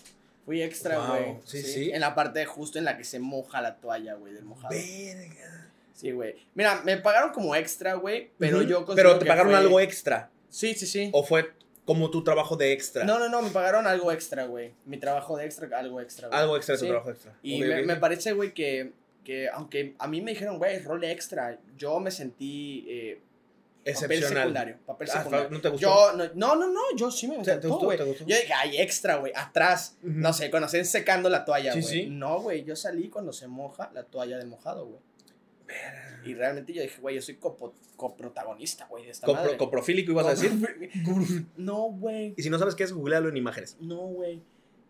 Speaker 1: Fui extra,
Speaker 2: Wow,
Speaker 1: güey.
Speaker 2: sí, sí.
Speaker 1: En la parte justo en la que se moja la toalla, güey, del mojado.
Speaker 2: Verga.
Speaker 1: Sí, güey. Mira, me pagaron como extra, güey, pero
Speaker 2: Ujú.
Speaker 1: yo considero
Speaker 2: Pero te
Speaker 1: que
Speaker 2: pagaron
Speaker 1: fue-
Speaker 2: algo extra.
Speaker 1: Sí, sí, sí.
Speaker 2: ¿O fue como tu trabajo de extra?
Speaker 1: No, no, no, me pagaron algo extra, güey. Mi trabajo de extra, algo extra, güey.
Speaker 2: Algo extra de
Speaker 1: Sí.
Speaker 2: tu trabajo extra.
Speaker 1: Y
Speaker 2: Ok,
Speaker 1: me,
Speaker 2: ok.
Speaker 1: me parece, güey, que, que aunque a mí me dijeron, güey, es rol extra, yo me sentí eh, papel
Speaker 2: Excepcional.
Speaker 1: secundario. Papel
Speaker 2: Ah,
Speaker 1: secundario.
Speaker 2: ¿No te gustó?
Speaker 1: Yo, no, no, no, no, yo sí me
Speaker 2: O sea, ¿te
Speaker 1: gustó,
Speaker 2: gustó?
Speaker 1: güey.
Speaker 2: ¿Te gustó?
Speaker 1: Yo dije, ay, extra, güey, atrás.
Speaker 2: Ujú.
Speaker 1: No sé, cuando estén secando la toalla,
Speaker 2: Sí,
Speaker 1: güey.
Speaker 2: sí.
Speaker 1: No, güey, yo salí cuando se moja la toalla de mojado, güey. Y realmente yo dije, güey, yo soy copo- coprotagonista, güey, de esta
Speaker 2: Copro-
Speaker 1: madre.
Speaker 2: coprofílico ibas a decir.
Speaker 1: No, güey,
Speaker 2: Y si no sabes qué es, googlealo en imágenes.
Speaker 1: no, güey.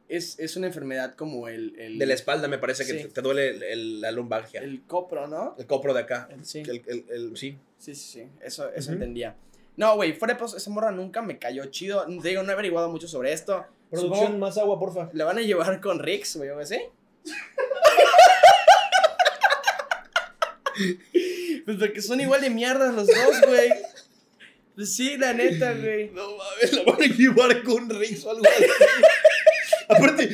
Speaker 1: Es, es una enfermedad como el... el
Speaker 2: De la espalda me parece que
Speaker 1: Sí.
Speaker 2: te, te duele el- el- la lumbalgia. El,
Speaker 1: El copro, ¿no?
Speaker 2: copro de acá.
Speaker 1: El- sí.
Speaker 2: El, el- el- sí.
Speaker 1: Sí, sí, sí. Eso, eso
Speaker 2: Ujú.
Speaker 1: entendía. No, güey, fuera de pos- esa morra nunca me cayó chido. Te digo, no he averiguado mucho sobre esto. Supongo-
Speaker 2: más agua, porfa.
Speaker 1: ¿La van a llevar con Rix, güey, o así? pues porque son igual de mierdas los dos, güey. Pues sí, la neta, güey.
Speaker 2: No mames, la van a llevar con Rix o algo así. Aparte,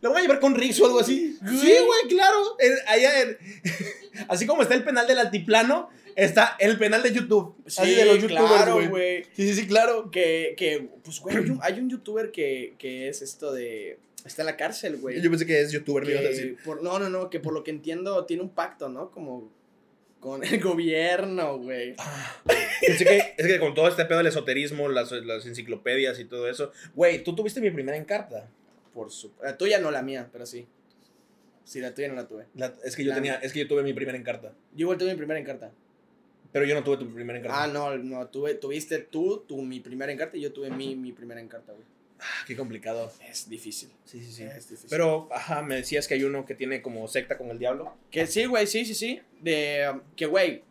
Speaker 2: la van a llevar con Rix o algo así. Sí, güey, claro. En- allá en- así como está el penal del altiplano, está el penal de YouTube.
Speaker 1: Sí,
Speaker 2: así de los youtubers,
Speaker 1: claro,
Speaker 2: güey.
Speaker 1: güey.
Speaker 2: Sí, sí, sí, claro.
Speaker 1: Que, que, pues, güey, hay un- hay un youtuber que, que es esto de... Está en la cárcel, güey.
Speaker 2: Yo pensé que es youtuber, me ibas a decir.
Speaker 1: que por- no, no, no, que por lo que entiendo tiene un pacto, ¿no? Como con el gobierno, güey.
Speaker 2: Ah. Pensé que, es que con todo este pedo del esoterismo, las, las enciclopedias y todo eso. Güey, tú tuviste mi primera encarta.
Speaker 1: Por su... La tuya no, la mía, pero sí. Sí, la tuya no la tuve.
Speaker 2: La- es que yo
Speaker 1: La-
Speaker 2: tenía, es que yo tuve mi primera encarta.
Speaker 1: Yo igual tuve mi primera encarta.
Speaker 2: Pero yo no tuve tu primera encarta.
Speaker 1: Ah, no, no, tuve, tuviste tú, tú mi primera encarta y yo tuve mi, mi primera encarta, güey.
Speaker 2: Ah, qué complicado.
Speaker 1: Es difícil.
Speaker 2: Sí, sí,
Speaker 1: Es difícil.
Speaker 2: Pero, ajá, me decías que hay uno que tiene como secta con el diablo.
Speaker 1: Que sí, güey, sí, sí, sí. De, um, que, güey.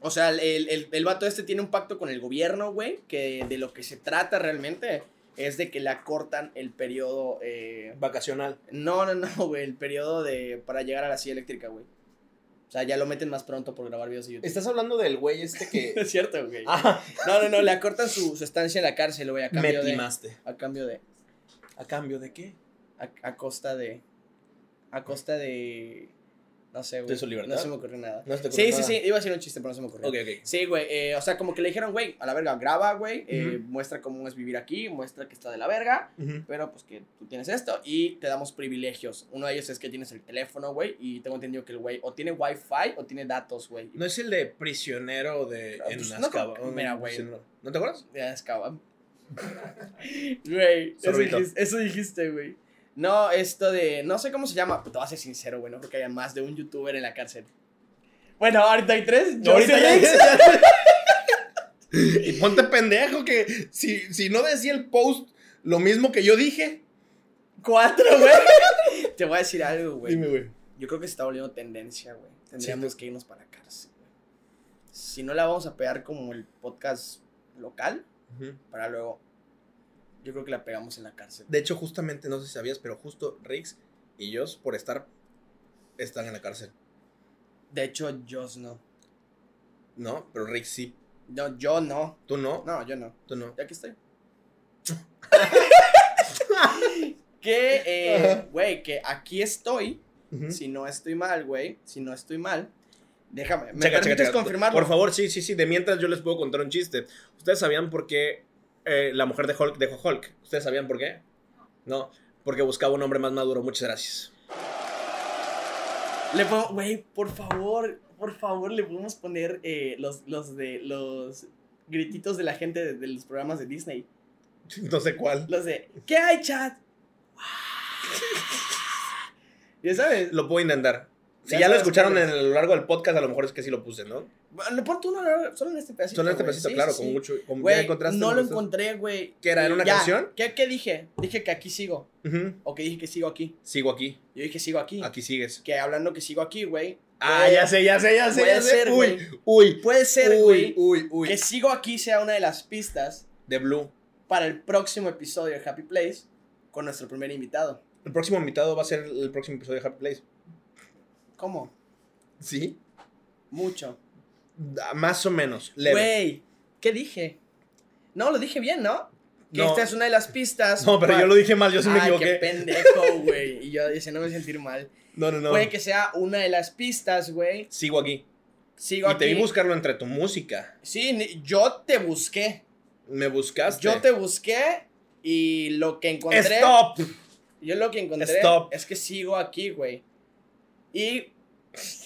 Speaker 1: O sea, el, el, el vato este tiene un pacto con el gobierno, güey. Que de lo que se trata realmente es de que le acortan el periodo. eh,
Speaker 2: Vacacional.
Speaker 1: No, no, no, güey. El periodo de para llegar a la silla eléctrica, güey. O sea, ya lo meten más pronto por grabar videos de YouTube.
Speaker 2: Estás hablando del güey este que.
Speaker 1: Es cierto, güey.
Speaker 2: ah,
Speaker 1: No, no, no. Le acortan su, su estancia en la cárcel, güey. A
Speaker 2: me
Speaker 1: cambio de.
Speaker 2: timaste.
Speaker 1: A cambio de.
Speaker 2: ¿A cambio de qué?
Speaker 1: A, a costa de. A costa de. No sé, güey.
Speaker 2: ¿De su libertad?
Speaker 1: No se me ocurrió nada.
Speaker 2: No se te ocurre
Speaker 1: Sí,
Speaker 2: nada.
Speaker 1: sí, sí. Iba a decir un chiste, pero no se me ocurrió.
Speaker 2: Ok, ok.
Speaker 1: Sí, güey. eh, o sea, como que le dijeron, güey, a la verga, graba, güey. eh,
Speaker 2: Ujú.
Speaker 1: Muestra cómo es vivir aquí. Muestra que está de la verga.
Speaker 2: Ujú.
Speaker 1: Pero pues que tú tienes esto y te damos privilegios. Uno de ellos es que tienes el teléfono, güey. Y tengo entendido que el güey o tiene wifi o tiene datos, güey.
Speaker 2: No es el de prisionero de.
Speaker 1: Ah,
Speaker 2: en
Speaker 1: pues, no
Speaker 2: Azkaban.
Speaker 1: creo que- mira, güey.
Speaker 2: ¿No te acuerdas?
Speaker 1: Ya descaban. Güey, eso
Speaker 2: Sorbito.
Speaker 1: dijis- eso dijiste, güey. No, esto de. No sé cómo se llama. Te voy a ser sincero, güey, no creo que haya más de un youtuber en la cárcel. Bueno, ahorita hay tres. Yo
Speaker 2: Ahorita
Speaker 1: soy
Speaker 2: ya-
Speaker 1: ex.
Speaker 2: Y ponte pendejo que si, si no decía el post lo mismo que yo dije.
Speaker 1: Cuatro, güey. Te voy a decir algo, güey.
Speaker 2: Dime, güey.
Speaker 1: Yo creo que se está volviendo tendencia, güey. Tendríamos
Speaker 2: Sí.
Speaker 1: que irnos para la cárcel, güey. Si no la vamos a pegar como el podcast local, para luego. Yo creo que la pegamos en la cárcel.
Speaker 2: De hecho, justamente, no sé si sabías, pero justo Riggs y Joss, por estar, están en la cárcel.
Speaker 1: De hecho, yo no.
Speaker 2: No, pero Riggs sí.
Speaker 1: No, yo no.
Speaker 2: Tú no,
Speaker 1: No, yo no.
Speaker 2: tú no.
Speaker 1: Ya que estoy. que, eh,
Speaker 2: Ajá.
Speaker 1: güey, que aquí estoy.
Speaker 2: Ujú.
Speaker 1: Si no estoy mal, güey. Si no estoy mal. Déjame, ¿me
Speaker 2: Checa, checa,
Speaker 1: permites
Speaker 2: checa.
Speaker 1: confirmarlo?
Speaker 2: Por favor, sí, sí, sí. De mientras yo les puedo contar un chiste. ¿Ustedes sabían por qué eh, la mujer de Hulk dejó Hulk? ¿Ustedes sabían por qué? No, porque buscaba un hombre más maduro. Muchas gracias.
Speaker 1: Le podemos, güey, por favor, por favor, le podemos poner eh, los, los de los grititos de la gente de, de los programas de Disney.
Speaker 2: No sé cuál.
Speaker 1: Los de, ¿qué hay, chat? ya sabes.
Speaker 2: Lo puedo intentar. Si
Speaker 1: Ya
Speaker 2: ya, lo
Speaker 1: sabes
Speaker 2: escucharon
Speaker 1: cuál
Speaker 2: en,
Speaker 1: es.
Speaker 2: a lo largo del podcast, a lo mejor es que sí lo puse, ¿no?
Speaker 1: Lo pon tú no, no, solo en este pedacito.
Speaker 2: Solo en este
Speaker 1: güey.
Speaker 2: pasito,
Speaker 1: Sí,
Speaker 2: claro,
Speaker 1: sí,
Speaker 2: con
Speaker 1: sí.
Speaker 2: mucho. Como ya
Speaker 1: Güey,
Speaker 2: encontraste,
Speaker 1: no
Speaker 2: me
Speaker 1: lo
Speaker 2: gustó.
Speaker 1: encontré, güey.
Speaker 2: ¿Qué era? ¿Era una
Speaker 1: Ya.
Speaker 2: canción?
Speaker 1: ¿Qué, ¿Qué dije? Dije que aquí sigo.
Speaker 2: Ujú.
Speaker 1: O que dije que sigo aquí.
Speaker 2: Sigo aquí.
Speaker 1: Yo dije sigo aquí.
Speaker 2: Aquí sigues.
Speaker 1: Que hablando que sigo aquí, güey.
Speaker 2: Ah,
Speaker 1: puede-
Speaker 2: ya sé, ya sé, ya sé.
Speaker 1: puede
Speaker 2: ya sé.
Speaker 1: ser,
Speaker 2: uy,
Speaker 1: güey.
Speaker 2: uy,
Speaker 1: Puede ser,
Speaker 2: uy,
Speaker 1: güey,
Speaker 2: uy, uy.
Speaker 1: que sigo aquí sea una de las pistas
Speaker 2: De Blue.
Speaker 1: para el próximo episodio de Happy Place con nuestro primer invitado.
Speaker 2: El próximo invitado va a ser el próximo episodio de Happy Place.
Speaker 1: ¿Cómo?
Speaker 2: Sí.
Speaker 1: Mucho.
Speaker 2: Da- Ah, Más o menos. Leve.
Speaker 1: Güey, ¿qué dije? No, lo dije bien, ¿no? Que
Speaker 2: No.
Speaker 1: esta es una de las pistas.
Speaker 2: No, pero
Speaker 1: pa-
Speaker 2: yo lo dije mal, yo sí me
Speaker 1: Ay, qué
Speaker 2: equivoqué.
Speaker 1: pendejo, güey. Y yo dice, no me sentir mal.
Speaker 2: No, no, no.
Speaker 1: Puede que sea una de las pistas, güey.
Speaker 2: Sigo aquí.
Speaker 1: Sigo
Speaker 2: y
Speaker 1: aquí.
Speaker 2: te vi buscarlo entre tu música.
Speaker 1: Sí, ni- yo te busqué.
Speaker 2: Me buscaste.
Speaker 1: Yo te busqué y lo que encontré.
Speaker 2: ¡Stop!
Speaker 1: Yo lo que encontré
Speaker 2: Stop.
Speaker 1: es que sigo aquí, güey. Y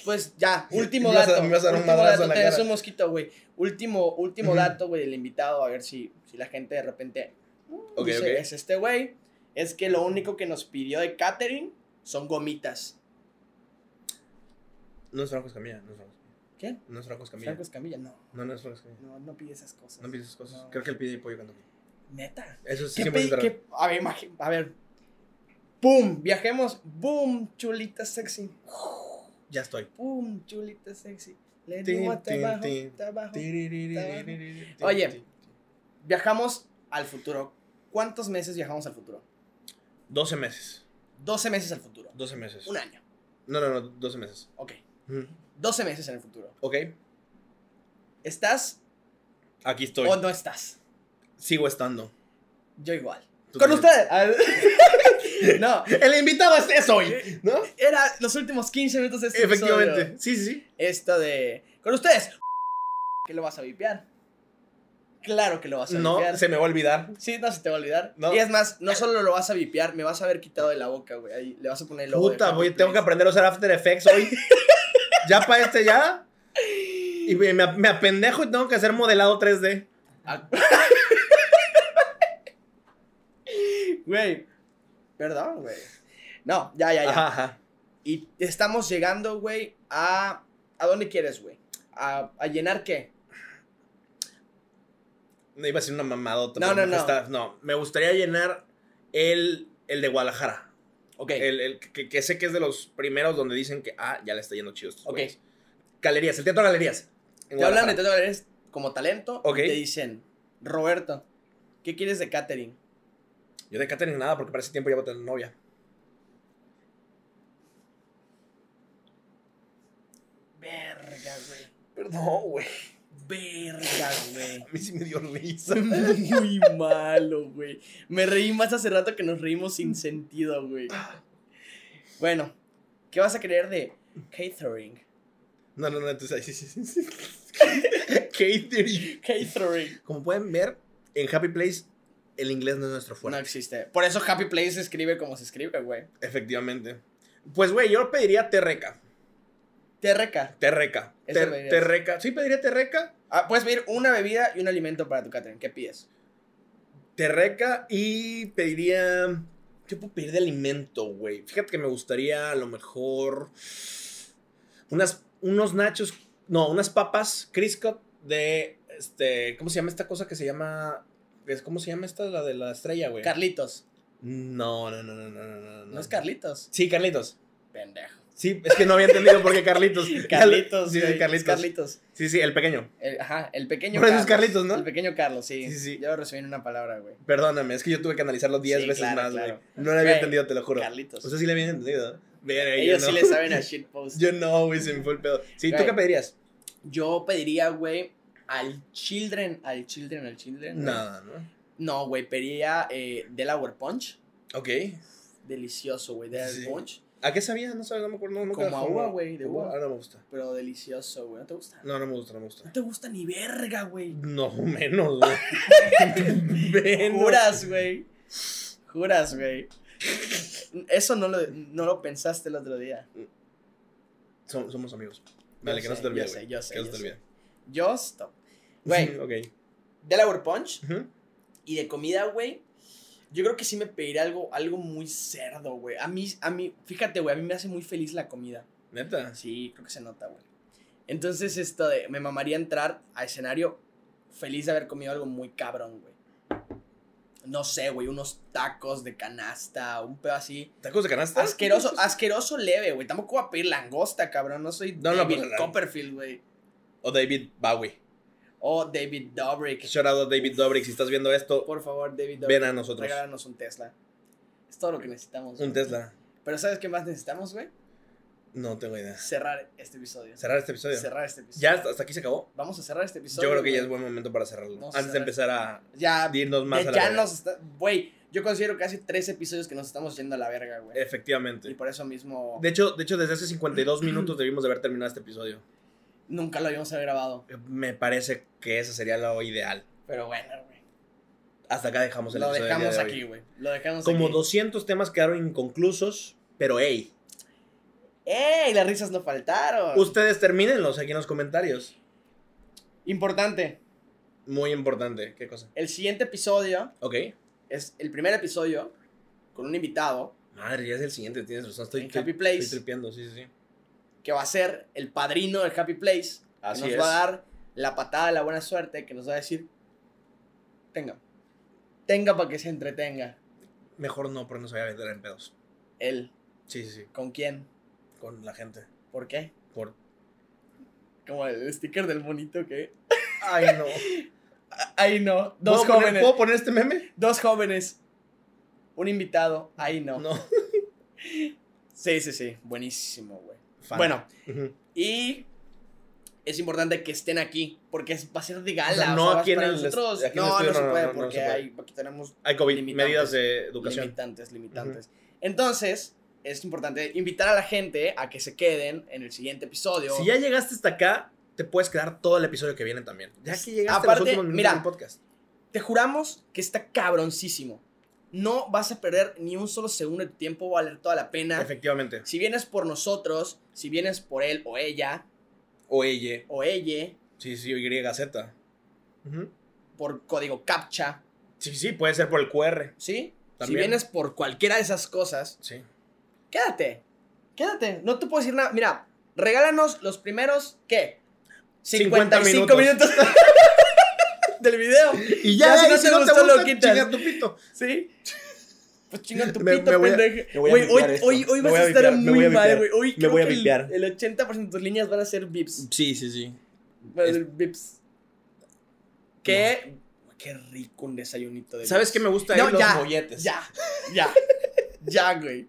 Speaker 1: pues ya, último
Speaker 2: Me vas a-
Speaker 1: dato.
Speaker 2: me vas a dar un
Speaker 1: último
Speaker 2: madrazo
Speaker 1: dato,
Speaker 2: en la
Speaker 1: tenés
Speaker 2: cara.
Speaker 1: un mosquito, güey. Último, último
Speaker 2: Ujú.
Speaker 1: dato, güey, del invitado, a ver si, si la gente de repente uh,
Speaker 2: Ok,
Speaker 1: dice,
Speaker 2: ok.
Speaker 1: es este güey. Es que lo único que nos pidió de catering son gomitas.
Speaker 2: No es Franco Escamilla, no es Franco Escamilla.
Speaker 1: ¿Qué?
Speaker 2: No es Franco Escamilla.
Speaker 1: Franco Escamilla, no.
Speaker 2: No, no es Franco Escamilla.
Speaker 1: No, no pide esas cosas.
Speaker 2: No pides esas cosas.
Speaker 1: No.
Speaker 2: Creo que él pide pollo cuando
Speaker 1: Neta.
Speaker 2: Eso
Speaker 1: ¿Qué
Speaker 2: sí
Speaker 1: pedí- qué- a ver, imagi- a ver. ¡Pum! Viajemos. ¡Boom! Chulita sexy.
Speaker 2: Ya estoy.
Speaker 1: ¡Pum! Chulita sexy. Le
Speaker 2: Tin,
Speaker 1: dimos
Speaker 2: tin,
Speaker 1: trabajo,
Speaker 2: tin.
Speaker 1: trabajo.
Speaker 2: Tiririririririr.
Speaker 1: Oye. Viajamos al futuro. ¿Cuántos meses viajamos al futuro?
Speaker 2: 12 meses.
Speaker 1: 12 meses al futuro.
Speaker 2: 12 meses.
Speaker 1: Un año.
Speaker 2: No, no, no, 12 meses.
Speaker 1: Ok.
Speaker 2: Ujú.
Speaker 1: 12 meses en el futuro.
Speaker 2: Ok,
Speaker 1: ¿Estás
Speaker 2: aquí estoy.
Speaker 1: o no estás?
Speaker 2: Sigo estando.
Speaker 1: Yo igual.
Speaker 2: Tú
Speaker 1: Con
Speaker 2: también.
Speaker 1: ustedes. Ah, no.
Speaker 2: El invitado es, es hoy, ¿no?
Speaker 1: Era los últimos 15 minutos de este episodio.
Speaker 2: Efectivamente. Sí, sí, sí.
Speaker 1: Esto de. Con ustedes. Que lo vas a vipear. Claro que lo vas a
Speaker 2: No,
Speaker 1: vipear.
Speaker 2: se me va a olvidar.
Speaker 1: Sí, no se te va a olvidar.
Speaker 2: No.
Speaker 1: Y es más, no solo lo vas a vipear, me vas a haber quitado de la boca, güey. Ahí le vas a poner el logo de
Speaker 2: Puta,
Speaker 1: Happy
Speaker 2: voy, tengo que
Speaker 1: Place.
Speaker 2: aprender a usar After Effects hoy. ya para este ya. Y me, me- me apendejo y tengo que hacer modelado 3D.
Speaker 1: Ah. Güey. Perdón, güey. No, ya, Ah, ya, ya.
Speaker 2: Ajá, ajá.
Speaker 1: Y estamos llegando, güey, a. ¿A dónde quieres, güey? ¿A, a llenar qué?
Speaker 2: No iba a ser una mamadota.
Speaker 1: No,
Speaker 2: pero
Speaker 1: no,
Speaker 2: me
Speaker 1: no.
Speaker 2: está- no, me gustaría llenar el, el de Guadalajara.
Speaker 1: Ok.
Speaker 2: El, el que, que sé que es de los primeros donde dicen que, ah, ya le está yendo chido. a estos
Speaker 1: Ok.
Speaker 2: güeyes. Galerías, el Teatro Galerías. en
Speaker 1: te hablan
Speaker 2: Guadalajara.
Speaker 1: de todo, eres como talento.
Speaker 2: Ok.
Speaker 1: Y te dicen, Roberto, ¿qué quieres de catering?
Speaker 2: Yo de catering nada porque para ese tiempo ya voy a tener novia.
Speaker 1: Verga, güey.
Speaker 2: Perdón, güey.
Speaker 1: Verga, güey.
Speaker 2: A mí sí me dio risa.
Speaker 1: Muy malo, güey. Me reí más hace rato que nos reímos sin sentido, güey. Bueno, ¿qué vas a creer de catering?
Speaker 2: No, no, no, entonces ahí sí, sí, sí, sí. Catering.
Speaker 1: Catering.
Speaker 2: Como pueden ver, en Happy Place el inglés no es nuestro
Speaker 1: No
Speaker 2: fuerte.
Speaker 1: existe. Por eso Happy Place se escribe como se escribe, güey.
Speaker 2: Efectivamente. Pues, güey, yo pediría terreca.
Speaker 1: TRK.
Speaker 2: Terreca.
Speaker 1: Eso
Speaker 2: Ter-
Speaker 1: pedirías.
Speaker 2: terreca. Sí, pediría terreca.
Speaker 1: Ah, puedes pedir una bebida y un alimento para tu catering. ¿Qué pides?
Speaker 2: Terreca y pediría... ¿Qué puedo pedir de alimento, güey? Fíjate que me gustaría a lo mejor... Unas, unos nachos... No, unas papas Crisco de... Este, ¿Cómo se llama esta cosa que se llama... es- ¿Cómo se llama esta? La de la estrella, güey.
Speaker 1: Carlitos.
Speaker 2: No, no, no, no, no, no, no.
Speaker 1: ¿No es Carlitos?
Speaker 2: Sí, Carlitos.
Speaker 1: Pendejo.
Speaker 2: Sí, es que no había entendido por qué Carlitos.
Speaker 1: Carlitos.
Speaker 2: Sí, sí,
Speaker 1: güey, es
Speaker 2: Carlitos.
Speaker 1: Carlitos.
Speaker 2: Sí, sí, el pequeño.
Speaker 1: El- ajá, el pequeño
Speaker 2: Por eso es Carlitos, ¿no?
Speaker 1: El pequeño Carlos, sí.
Speaker 2: Sí, sí, sí.
Speaker 1: Ya lo recibí en una palabra, güey.
Speaker 2: Perdóname, es que yo tuve que analizarlo 10
Speaker 1: Sí,
Speaker 2: veces
Speaker 1: claro,
Speaker 2: más, güey.
Speaker 1: claro.
Speaker 2: No lo había
Speaker 1: Güey,
Speaker 2: entendido, te lo juro.
Speaker 1: Carlitos.
Speaker 2: Ustedes sí le habían entendido. Verga, yo
Speaker 1: Ellos sí
Speaker 2: no.
Speaker 1: le saben a shitpost.
Speaker 2: Yo no, güey, se me fue el pedo. Sí, ¿tú
Speaker 1: Güey.
Speaker 2: qué pedirías?
Speaker 1: Yo pediría, güey, al Children, al Children, al Children. güey.
Speaker 2: Nada, ¿no?
Speaker 1: No, güey, pediría eh, Delaware Punch.
Speaker 2: Ok.
Speaker 1: Delicioso, güey, Delaware
Speaker 2: Sí.
Speaker 1: Punch.
Speaker 2: ¿A qué sabía? No sabes, no me acuerdo. Nunca
Speaker 1: Como a
Speaker 2: jugué.
Speaker 1: uva, güey, de uva.
Speaker 2: Ahora no me gusta.
Speaker 1: Pero delicioso, güey. ¿No te gusta?
Speaker 2: No, no me gusta, no me gusta.
Speaker 1: No te gusta ni verga, güey.
Speaker 2: No, menos, güey. menos.
Speaker 1: Juras, güey. Juras, güey. Eso no lo, no lo pensaste el otro día.
Speaker 2: Som- somos amigos. Vale,
Speaker 1: Yo
Speaker 2: que no
Speaker 1: sé,
Speaker 2: se te olvide.
Speaker 1: Yo
Speaker 2: güey.
Speaker 1: sé, yo sé.
Speaker 2: Que no se
Speaker 1: yo
Speaker 2: te
Speaker 1: sé.
Speaker 2: olvide.
Speaker 1: Yo stop. Güey,
Speaker 2: ok.
Speaker 1: Delaware Punch
Speaker 2: Ujú.
Speaker 1: y de comida, güey. Yo creo que sí me pediré algo, algo muy cerdo, güey. A mí, a mí, fíjate, güey, a mí me hace muy feliz la comida.
Speaker 2: Neta.
Speaker 1: Sí, creo que se nota, güey. Entonces, esto de, me mamaría entrar a escenario feliz de haber comido algo muy cabrón, güey. No sé, güey, unos tacos de canasta, un pedo así.
Speaker 2: ¿Tacos de canasta?
Speaker 1: Asqueroso, asqueroso leve, güey. Tampoco voy a pedir langosta, cabrón. No soy
Speaker 2: No, no,
Speaker 1: David
Speaker 2: pero la-
Speaker 1: Copperfield, güey.
Speaker 2: O David Bowie.
Speaker 1: O David Dobrik.
Speaker 2: Shout out a David Dobrik. Si estás viendo esto,
Speaker 1: Por favor, David Dobrik.
Speaker 2: ven a nosotros.
Speaker 1: Regálanos un Tesla. Es todo lo que necesitamos.
Speaker 2: Un
Speaker 1: güey.
Speaker 2: Tesla.
Speaker 1: Pero ¿sabes qué más necesitamos, güey?
Speaker 2: No tengo idea.
Speaker 1: Cerrar este episodio.
Speaker 2: Cerrar este episodio.
Speaker 1: Cerrar este episodio.
Speaker 2: ¿Ya hasta hasta aquí se acabó?
Speaker 1: Vamos a cerrar este episodio.
Speaker 2: Yo creo que ya
Speaker 1: güey.
Speaker 2: es buen momento para cerrarlo.
Speaker 1: Vamos a
Speaker 2: Antes de empezar a
Speaker 1: Ya,
Speaker 2: irnos más
Speaker 1: ya
Speaker 2: a la verga.
Speaker 1: nos está... Güey, yo considero que hace tres episodios que nos estamos yendo a la verga, güey. Y
Speaker 2: Efectivamente.
Speaker 1: por eso mismo
Speaker 2: De hecho, de hecho, desde hace 52 minutos debimos de haber terminado este episodio. Eh,
Speaker 1: nunca lo habíamos grabado.
Speaker 2: Me parece que ese sería lo ideal.
Speaker 1: Pero bueno, güey.
Speaker 2: Hasta acá dejamos el
Speaker 1: Lo
Speaker 2: episodio. del día
Speaker 1: dejamos
Speaker 2: de hoy.
Speaker 1: aquí, güey. Lo dejamos
Speaker 2: Como
Speaker 1: aquí.
Speaker 2: 200 temas quedaron inconclusos, pero hey,
Speaker 1: ¡Ey! Las risas no faltaron.
Speaker 2: ustedes termínenlos aquí en los comentarios.
Speaker 1: Importante.
Speaker 2: Muy importante. ¿Qué cosa?
Speaker 1: El siguiente episodio
Speaker 2: Ok.
Speaker 1: es el primer episodio con un invitado
Speaker 2: Madre, ya es el siguiente, tienes razón. Estoy,
Speaker 1: En
Speaker 2: estoy-
Speaker 1: Happy Place.
Speaker 2: estoy tripeando, sí, sí, sí.
Speaker 1: que va a ser el padrino del Happy Place.
Speaker 2: Así
Speaker 1: que nos
Speaker 2: es.
Speaker 1: va a dar la patada de la buena suerte que nos va a decir: Tenga. Tenga para que se entretenga.
Speaker 2: Mejor no, porque no se vaya a vender en pedos.
Speaker 1: Él.
Speaker 2: Sí, sí, sí.
Speaker 1: ¿Con quién?
Speaker 2: Con la gente.
Speaker 1: ¿Por qué?
Speaker 2: Por.
Speaker 1: Como el sticker del monito que.
Speaker 2: Ay, no.
Speaker 1: Ahí no. Dos
Speaker 2: ¿Puedo poner,
Speaker 1: jóvenes.
Speaker 2: ¿Puedo poner este meme?
Speaker 1: Dos jóvenes. Un invitado. Ahí no. Sí, sí, sí. Buenísimo, güey.
Speaker 2: Fan.
Speaker 1: Bueno,
Speaker 2: Ujú.
Speaker 1: y es importante que estén aquí. Porque es- va a ser de gala.
Speaker 2: O sea,
Speaker 1: o
Speaker 2: no
Speaker 1: sea, va a
Speaker 2: aquí en
Speaker 1: estar
Speaker 2: el-
Speaker 1: nosotros.
Speaker 2: aquí en
Speaker 1: no,
Speaker 2: el estudio,
Speaker 1: no, se
Speaker 2: no, no,
Speaker 1: puede
Speaker 2: no, no se
Speaker 1: porque
Speaker 2: puede.
Speaker 1: hay- aquí tenemos
Speaker 2: Hay COVID,
Speaker 1: Limitantes.
Speaker 2: medidas de educación.
Speaker 1: limitantes, limitantes. Entonces, es importante invitar a la gente a que se queden en el siguiente episodio.
Speaker 2: Si ya llegaste hasta acá, te puedes quedar todo el episodio que viene también. Ya que llegaste a los
Speaker 1: Aparte,
Speaker 2: últimos minutos
Speaker 1: mira,
Speaker 2: del podcast.
Speaker 1: Te juramos que está cabroncísimo. No vas a perder ni un solo segundo de tu tiempo, va a valer toda la pena.
Speaker 2: Efectivamente.
Speaker 1: Si vienes por nosotros, si vienes por él o ella,
Speaker 2: O E, ella.
Speaker 1: o ella,
Speaker 2: Sí, sí, o YZ. Ujú.
Speaker 1: por código CAPTCHA,
Speaker 2: Sí, sí, puede ser por el QR.
Speaker 1: ¿sí?
Speaker 2: También.
Speaker 1: Si vienes por cualquiera de esas cosas,
Speaker 2: Sí.
Speaker 1: quédate. Quédate. No te puedo decir nada. Mira, regálanos los primeros, ¿qué?
Speaker 2: 50
Speaker 1: 55 minutos. del video,
Speaker 2: Y
Speaker 1: ya, si no te gustó, lo quitas.
Speaker 2: chinga tu pito.
Speaker 1: ¿sí? Pues chinga tu
Speaker 2: Me-
Speaker 1: pito,
Speaker 2: me voy a-
Speaker 1: pendeje.
Speaker 2: me voy a
Speaker 1: Güey,
Speaker 2: vipear
Speaker 1: hoy,
Speaker 2: esto.
Speaker 1: hoy, hoy
Speaker 2: Me
Speaker 1: vas
Speaker 2: voy
Speaker 1: a
Speaker 2: a
Speaker 1: estar
Speaker 2: vipear, me voy
Speaker 1: muy
Speaker 2: a
Speaker 1: mal,
Speaker 2: vipear.
Speaker 1: güey. Hoy
Speaker 2: Me
Speaker 1: creo
Speaker 2: voy a
Speaker 1: que el-
Speaker 2: vipear.
Speaker 1: el, 80% de tus líneas van a ser vips.
Speaker 2: Sí, sí, sí.
Speaker 1: Van a
Speaker 2: Es-
Speaker 1: ser vips. Qué, qué rico un desayunito de
Speaker 2: ¿Sabes qué me gusta?
Speaker 1: No,
Speaker 2: ahí? los
Speaker 1: ya,
Speaker 2: molletes.
Speaker 1: Ya, ya, ya, güey.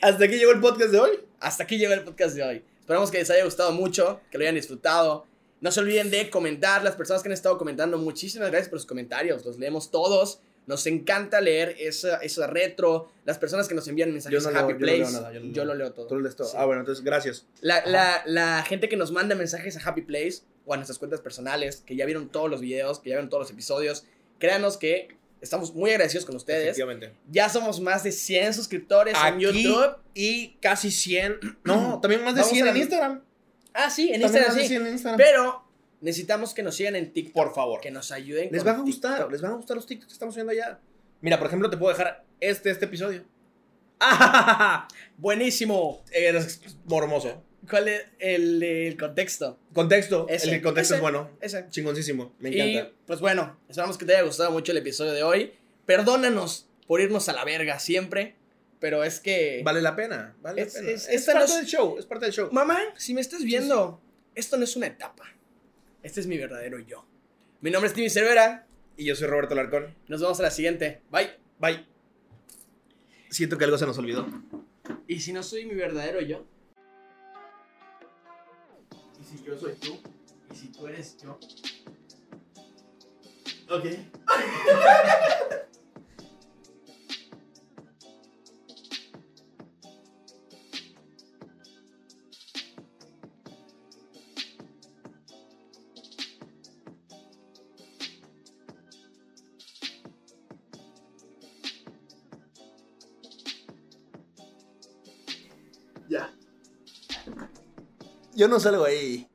Speaker 2: Hasta aquí llegó el podcast de hoy.
Speaker 1: Hasta aquí llegó el podcast de hoy. Esperamos que les haya gustado mucho, que lo hayan disfrutado. No se olviden de comentar, las personas que han estado comentando, muchísimas gracias por sus comentarios, los leemos todos. Nos encanta leer esa, esa retro, las personas que nos envían mensajes
Speaker 2: Yo no
Speaker 1: a Happy
Speaker 2: leo- yo no
Speaker 1: Place.
Speaker 2: leo nada, yo no
Speaker 1: yo
Speaker 2: leo.
Speaker 1: lo leo todo.
Speaker 2: Tú lees todo.
Speaker 1: Sí.
Speaker 2: Ah, bueno, entonces, gracias.
Speaker 1: La, la- la gente que nos manda mensajes a Happy Place o a nuestras cuentas personales, que ya vieron todos los videos, que ya vieron todos los episodios, créanos que estamos muy agradecidos con ustedes.
Speaker 2: Efectivamente.
Speaker 1: Ya somos más de 100 suscriptores en
Speaker 2: Aquí
Speaker 1: YouTube.
Speaker 2: y casi 100. No, también más de
Speaker 1: Vamos
Speaker 2: 100
Speaker 1: a
Speaker 2: en
Speaker 1: la-
Speaker 2: Instagram.
Speaker 1: Ah, sí, en
Speaker 2: También
Speaker 1: Instagram
Speaker 2: más de
Speaker 1: sí.
Speaker 2: 100 en Instagram.
Speaker 1: Pero necesitamos que nos sigan en TikTok.
Speaker 2: Por favor.
Speaker 1: Que nos ayuden.
Speaker 2: Les
Speaker 1: con
Speaker 2: van a gustar,
Speaker 1: TikTok.
Speaker 2: les van a gustar los TikToks que estamos subiendo allá. Mira, por ejemplo, te puedo dejar este, este episodio. ¡Ah!
Speaker 1: Buenísimo.
Speaker 2: Eres Eh, mormoso.
Speaker 1: ¿Cuál es el, el contexto?
Speaker 2: Contexto.
Speaker 1: Ese,
Speaker 2: el contexto
Speaker 1: ese.
Speaker 2: es bueno.
Speaker 1: Ese.
Speaker 2: Chingoncísimo. Me
Speaker 1: Y
Speaker 2: encanta.
Speaker 1: pues bueno, esperamos que te haya gustado mucho el episodio de hoy. Perdónanos por irnos a la verga siempre, pero es que...
Speaker 2: Vale la pena. Vale
Speaker 1: Es-
Speaker 2: la pena.
Speaker 1: es-
Speaker 2: Es,
Speaker 1: esta
Speaker 2: parte
Speaker 1: no es-
Speaker 2: del show. Es parte del show.
Speaker 1: Mamá, si me estás viendo, esto no es una etapa. Este es mi verdadero yo. Mi nombre es Timmy Cervera.
Speaker 2: Y yo soy Roberto Larcón.
Speaker 1: Nos vemos a la siguiente. Bye.
Speaker 2: Bye. Siento que algo se nos olvidó.
Speaker 1: ¿Y si no soy mi verdadero yo?
Speaker 3: Y si yo soy tú, y si tú eres yo.
Speaker 1: Ok.
Speaker 4: Yo no salgo ahí.